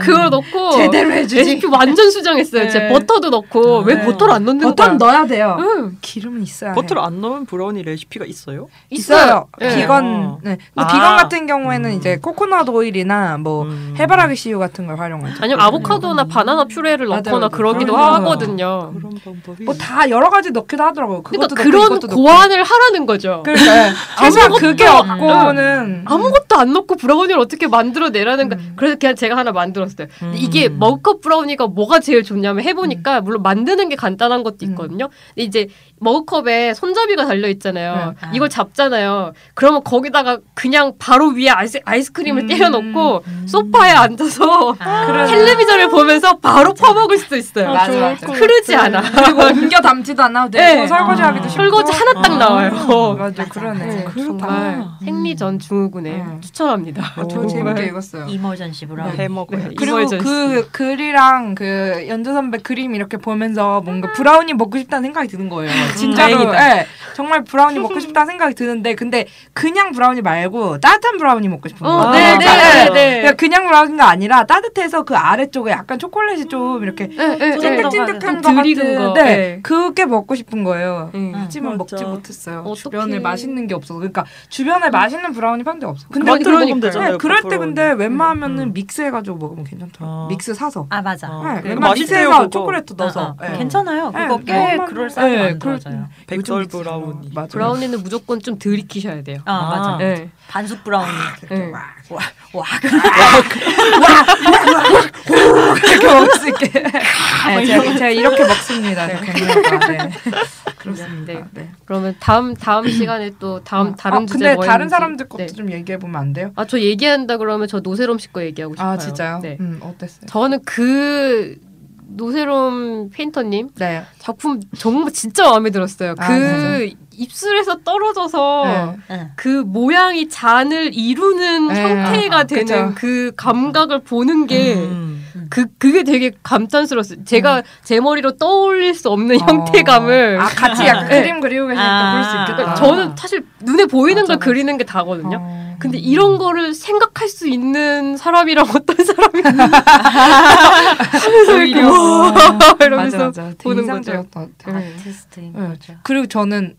그걸 넣고
음. 제대로 해주지.
레시피 완전 수정했어요.
네.
진짜 버터도 넣고 왜
네.
버터를 안 넣는
버터는
거야?
넣어야 돼요.
응,
기름은 있어야 해.
버터를 안 넣으면 브라우니 레시피가 있어요?
있어요.
예.
비건.
어.
네. 근데
아.
비건 같은 경우에는
음.
이제 코코넛 오일이나 뭐
음.
해바라기 씨유 같은 걸 활용하죠.
아니면 아보카도나 바나나 퓨레를
음. 맞아요,
넣거나
맞아요.
그러기도
그러니까.
하거든요.
그런 방법이
뭐 다 여러 가지 넣기도 하더라고요.
그러니까
그것도 넣고
그런
이것도 넣고.
고안을 하라는 거죠.
그러니까 최소한
아무것도
그게
안-
없고는
아무것도 안 넣고 브라우니를 어떻게 만들어 내라는 거.
음.
그래서 그냥 제가 하나 만들었어요. 근데
음.
이게 머그컵 브라우니가 뭐가 제일 좋냐면 해보니까
음.
물론 만드는 게 간단한 것도 있거든요. 근데 이제 머그컵에 손잡이가 달려
음,
있잖아요.
네. 아.
이걸 잡잖아요. 그러면 거기다가 그냥 바로 위에 아이스, 아이스크림을
음.
때려놓고 소파에 앉아서
아,
그런-
텔레비전을 보면서 바로 퍼먹을 수도 있어요.
맞아, 맞아.
흐르지 않아.
그리고 옮겨 담지도 않아도 되고
네.
설거지하기도
아.
쉽고 어,
설거지 하나 딱
아.
나와요.
맞아 그러네.
네,
그렇다.
정말 생리전 중후군에
음.
추천합니다.
어, 저 재밌게 읽었어요.
이머전시 브라운
음. 해 먹어야 지
네. 그리고
이거에
그 글이랑
음.
그 연주 선배 그림 이렇게 보면서 뭔가 브라우니 먹고 싶다는 생각이 드는 거예요. 진짜로.
다행이다.
예. 정말 브라우니 먹고 싶다는 생각이 드는데 근데 그냥 브라우니 말고 따뜻한 브라우니 먹고 싶은 거예요. 그러니까
아,
네, 네, 네,
맞아요.
네.
그냥 그냥 브라우니가 아니라 따뜻해서 그 아래쪽에 약간 초콜릿이
음.
좀 이렇게
네, 네,
좀
네.
더
찐득찐득한 것
좀 들이는
같은
거.
네.
네.
그게 먹고 싶은 거예요.
음.
하지만
맞아.
먹지 못했어요.
어떡해.
주변에 맛있는 게 없어서 그러니까 주변에 맛있는 브라우니 파는 데 없어. 근데
만들어
그러니까요.
먹으면 되잖아요.
네, 그럴 때
겉으로.
근데 웬만하면은
음.
믹스해가지고 먹으면 괜찮더라고.
아.
믹스 사서.
아 맞아.
어.
네,
그거
웬만하면
맛있대요,
믹스해서
그거.
초콜릿도 넣어서.
아, 아.
네.
괜찮아요.
네,
그거 꽤
그거만-
그럴싸하게
네,
만들어져요.
백설
요즘 믹스로.
브라우니.
맞아요.
브라운이는 무조건 좀 들이키셔야 돼요.
아, 맞아.
네.
반숙 브라우니.
네.
와,
와.
이렇게 먹을 수 있게. 네, 제가, 제가 이렇게 먹습니다. 네. 네.
네.
그렇습니다. 네.
그러면 다음 다음 시간에 또 다음 다른
아,
주제
근데
뭐
다른
했는지.
사람들
네.
것도 좀 얘기해 보면 안 돼요?
아 저 얘기한다 그러면 저 노세롬 씨 거 얘기하고 싶어요.
아 진짜요?
네.
음 어땠어요?
저는 그 노세롬 페인터님
네.
작품 정말 진짜 마음에 들었어요. 그
아, 진짜요?
입술에서 떨어져서
네.
응.
그 모양이 잔을 이루는
네.
형태가
아,
되는
그쵸.
그 감각을 보는 게
음.
그 그게 되게 감탄스러웠어요. 제가 제 머리로 떠올릴 수 없는 형태감을
아 같이 약간
네.
그림 그리고 계시니까
아.
그럴 수 있겠다.
아.
저는 사실 눈에 보이는
맞아,
걸
맞아.
그리는 게 다거든요.
어.
근데 이런 거를 생각할 수 있는 사람이랑 어떤 사람이 하면서 이렇게
오히려.
우와 이러면서
맞아, 맞아. 되게
보는 거죠.
인상적이었던 것 같아요.
아티스트인
네.
거죠.
그리고 저는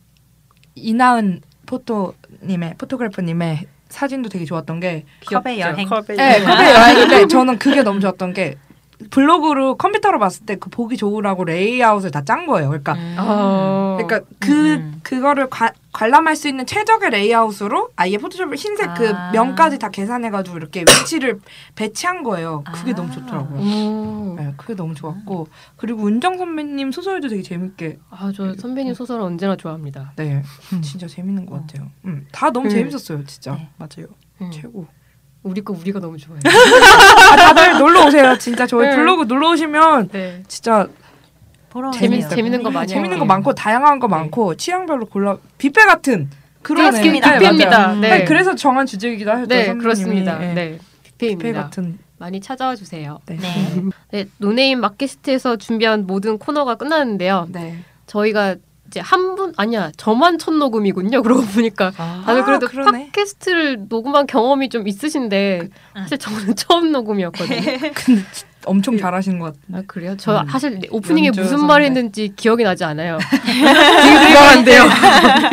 이나은 포토님의 포토그래퍼님의 사진도 되게 좋았던 게
컵의 여행.
컵의
네,
여행.
컵의 여행인데 저는 그게 너무 좋았던 게 블로그로 컴퓨터로 봤을 때 그 보기 좋으라고 레이아웃을 다 짠 거예요. 그러니까
음.
어.
그러니까 그
음.
그거를 관- 관람할 수 있는 최적의 레이아웃으로 아예 포토샵을 흰색 그
아.
면까지 다 계산해가지고 이렇게 위치를 배치한 거예요. 그게
아.
너무 좋더라고요.
음.
네, 그게 너무 좋았고 그리고 은정 선배님 소설도 되게 재밌게
아저 선배님 소설은 언제나 좋아합니다.
네 진짜 재밌는 것 같아요. 음, 다 너무
어. 음.
재밌었어요, 진짜
네.
맞아요.
음. 네.
최고.
우리 거 우리가 너무 좋아해요.
아, 다들 놀러 오세요, 진짜 저희
네.
블로그 놀러 오시면
네.
진짜
보러
재밌-
오세요.
재밌는 거 많이
재밌는
네.
거 많고 다양한 거 많고 취향별로 골라 뷔페 같은 그런
네, 뷔페입니다.
네, 맞아요.
뷔페입니다.
맞아요.
네.
네, 그래서 정한 주제이기도 하죠.
네,
선배님이.
그렇습니다.
네.
네.
뷔페
뷔페입니다.
같은.
많이 찾아와 주세요.
네.
네.
네, 노네임 마켓시트에서 준비한 모든 코너가 끝났는데요.
네.
저희가 이제 한 분 아니야 저만 첫 녹음이군요. 그러고 보니까 다들
아,
그래도
그러네. 그,
팟캐스트를 녹음한 경험이 좀 있으신데
아.
사실 저는 처음 녹음이었거든요.
근데 진- 엄청 잘하시는 것 같아요.
아 그래요? 저
음.
사실 오프닝에
연주
무슨
선배.
말했는지 기억이 나지 않아요. 되게 불안한데요.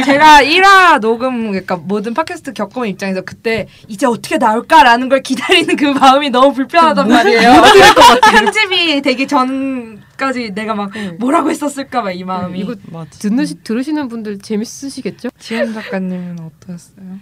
제가 1화 녹음 그러니까 모든 팟캐스트 겪어본 입장에서 그때 이제 어떻게 나올까라는 걸 기다리는 그 마음이 너무 불편하단 말이에요. 편집이 되기 전까지 내가 막 뭐라고 했었을까 막 이 네, 마음이.
이거
맞아.
듣는 시, 들으시는 분들 재밌으시겠죠?
지현 작가님은 어떠셨어요?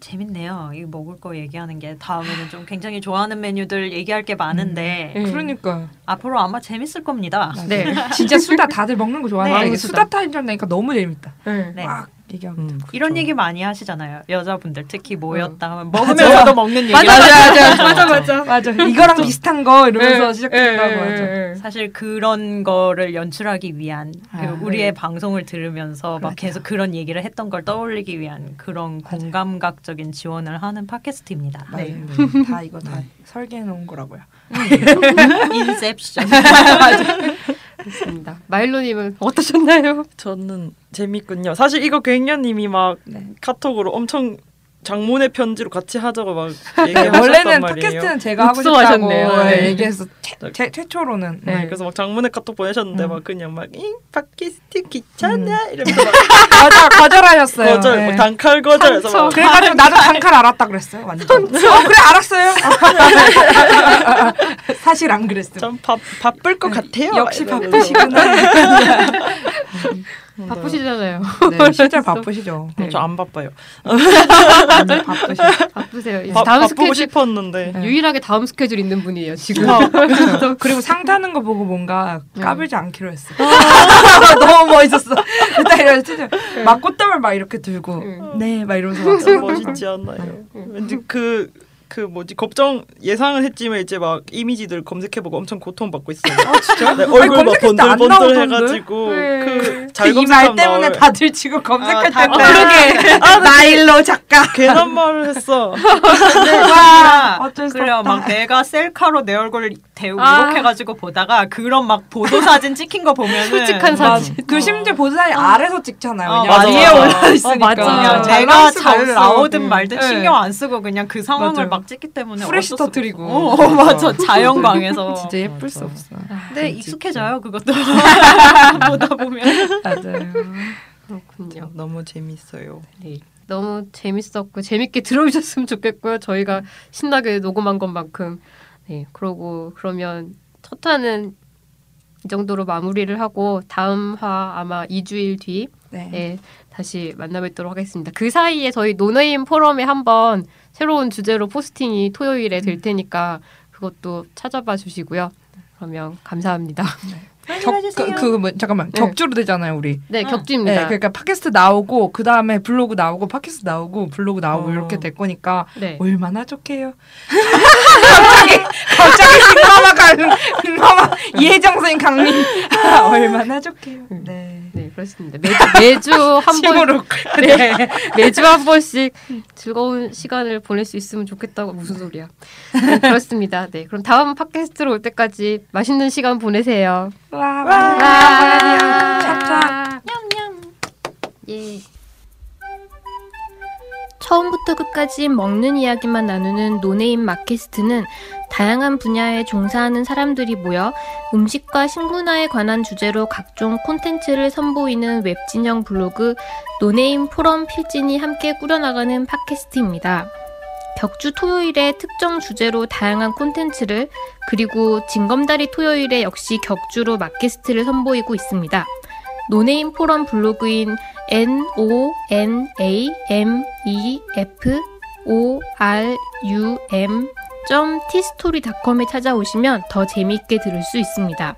재밌네요. 이 먹을 거 얘기하는 게 다음에는 좀 굉장히 좋아하는 메뉴들 얘기할 게 많은데
음.
그러니까
앞으로 아마 재밌을 겁니다.
아,
네.
진짜 수다 다들 먹는 거 좋아하는데
네.
이게 수다 타임 전되니까 너무 재밌다.
네.
네.
막 얘기하고.
음,
이런
그렇죠.
얘기 많이 하시잖아요. 여자분들 특히 모였다 하면
먹으면서도 먹는 얘기.
맞아
맞아,
맞아 맞아 이거랑 비슷한 거 이러면서
네.
시작된다고
네.
하죠.
네.
사실 그런 거를 연출하기 위한 그
아,
우리의 방송을 들으면서 막 계속 그런 얘기를 했던 걸 떠올리기 위한 그런 공감각적인 지원을 하는 팟캐스트입니다.
맞아요.
네.
다 이거 다 설계해 놓은 거라고요.
네. 인셉션.
네.
좋습니다. 마일로님은 어떠셨나요?
저는 재밌군요. 사실 이거 갱년님이 막
네.
카톡으로 엄청 장문의 편지로 같이 하자고 막
네,
얘기하셨단
원래는
말이에요.
팟캐스트는 제가 하고 싶다고
육성하셨네요.
네.
얘기해서 최, 최, 최초로는
네.
네.
그래서 막 장문의 카톡 보내셨는데
음.
막 그냥 막 잉, 팟캐스트 귀찮아 이러면서 막
거절 거절하셨어요.
거절,
네.
막 단칼 거절해서 뭐,
상처.
막
그래가지고 나도 단칼 알았다 그랬어요. 완전. 어 그래 알았어요. 아, 사실 안 그랬어요.
참 바, 바쁠 것 같아요.
네.
네.
역시
이러면서.
바쁘시구나.
바쁘시잖아요.
네, 실제로 바쁘시죠.
네.
저 안 바빠요.
완전 바쁘시죠.
바쁘세요. 이제
바,
다음
바쁘고
스케줄
싶었는데. 어,
네.
유일하게 다음 스케줄 있는 분이에요 지금.
그렇죠. 그리고 상 타는 거 보고 뭔가 까불지 않기로 했어. 너무 멋있었어. 일단 이런 진짜 막 꽃다발 막 이렇게 들고
응.
네 막 이러면서 막
진짜
서로 음.
멋있지 않나요? 왠지 그. 그 뭐지 걱정 예상은 했지만 이제 막 이미지들 검색해보고 엄청 고통받고 있어요. 아 진짜? 네, 얼굴 막
검색했을 때안
번들번들
나오던데?
해가지고
네.
그잘
이말 때문에 다들 지금
아,
검색할 어,
다-
때 그러게 나일로 작가
괜한 말을 했어.
와
네. 그래요. 막 내가 셀카로 내 얼굴 대고
아.
이렇게 해가지고 보다가 그런 막 보도 사진 찍힌 거 보면은
음,
솔직한 사진.
그 심지어 보도사진 아래서 찍잖아요.
어,
왜냐면
맞아,
위에
맞아.
어,
올라
맞아.
있으니까.
그냥
잘
내가 잘 나오든
음.
말든
네.
신경 안 쓰고 그냥 그 상황을
맞아요.
막 찍기 때문에
후레쉬
어쩔 수
터뜨리고.
없어. 어, 맞아 자연광에서
진짜 예쁠 수
맞아.
없어.
근데 익숙해져요 그것도 보다 보면
맞아요.
그렇군요.
너무 재밌어요.
너무 재밌었고 재밌게 들어주셨으면 좋겠고요. 저희가 신나게 녹음한 것만큼. 네, 그러고 그러면 첫 화는 이 정도로 마무리를 하고 다음 화 아마 2주일 뒤
네.
네, 다시 만나뵙도록 하겠습니다. 그 사이에 저희 노네임 포럼에 한번 새로운 주제로 포스팅이 토요일에
음.
될 테니까 그것도 찾아봐 주시고요. 그러면 감사합니다.
적, 그, 뭐, 잠깐만
네.
격주로 되잖아요 우리.
네,
네,
응.
격주입니다. 네,
그러니까 팟캐스트 나오고 그 다음에 블로그 나오고 팟캐스트 나오고 블로그 나오고
어.
이렇게 될 거니까
네.
얼마나 좋게요. 갑자기 갑자기 신나마 강 신나마 이해정생 강림 아, 얼마나 좋게요. 네.
네, 그렇습니다. 매주, 매주 한 번,
침으로
네, 매주 한 번씩 즐거운 시간을 보낼 수 있으면
음.
좋겠다고 무슨 소리야? 네, 그렇습니다. 네, 그럼 다음 팟캐스트로 올 때까지 맛있는 시간 보내세요.
와, 와, 와, 찹찹.
예.
처음부터 끝까지 먹는 이야기만 나누는 노네임 마켓스트는 다양한 분야에 종사하는 사람들이 모여 음식과 식문화에 관한 주제로 각종 콘텐츠를 선보이는 웹진형 블로그 노네임 포럼 필진이 함께 꾸려나가는 팟캐스트입니다. 격주 토요일에 특정 주제로 다양한 콘텐츠를 그리고 진검다리 토요일에 역시 격주로 마켓스트를 선보이고 있습니다. 노네임 포럼 블로그인 N O N A M E F O R U M tstory.com에 찾아오시면 더 재미있게 들을 수 있습니다.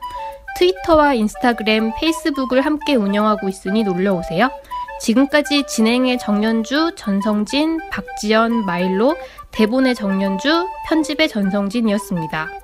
트위터와 인스타그램, 페이스북을 함께 운영하고 있으니 놀러 오세요. 지금까지 진행의 정연주, 전성진, 박지연, 마일로, 대본의 정연주, 편집의 전성진이었습니다.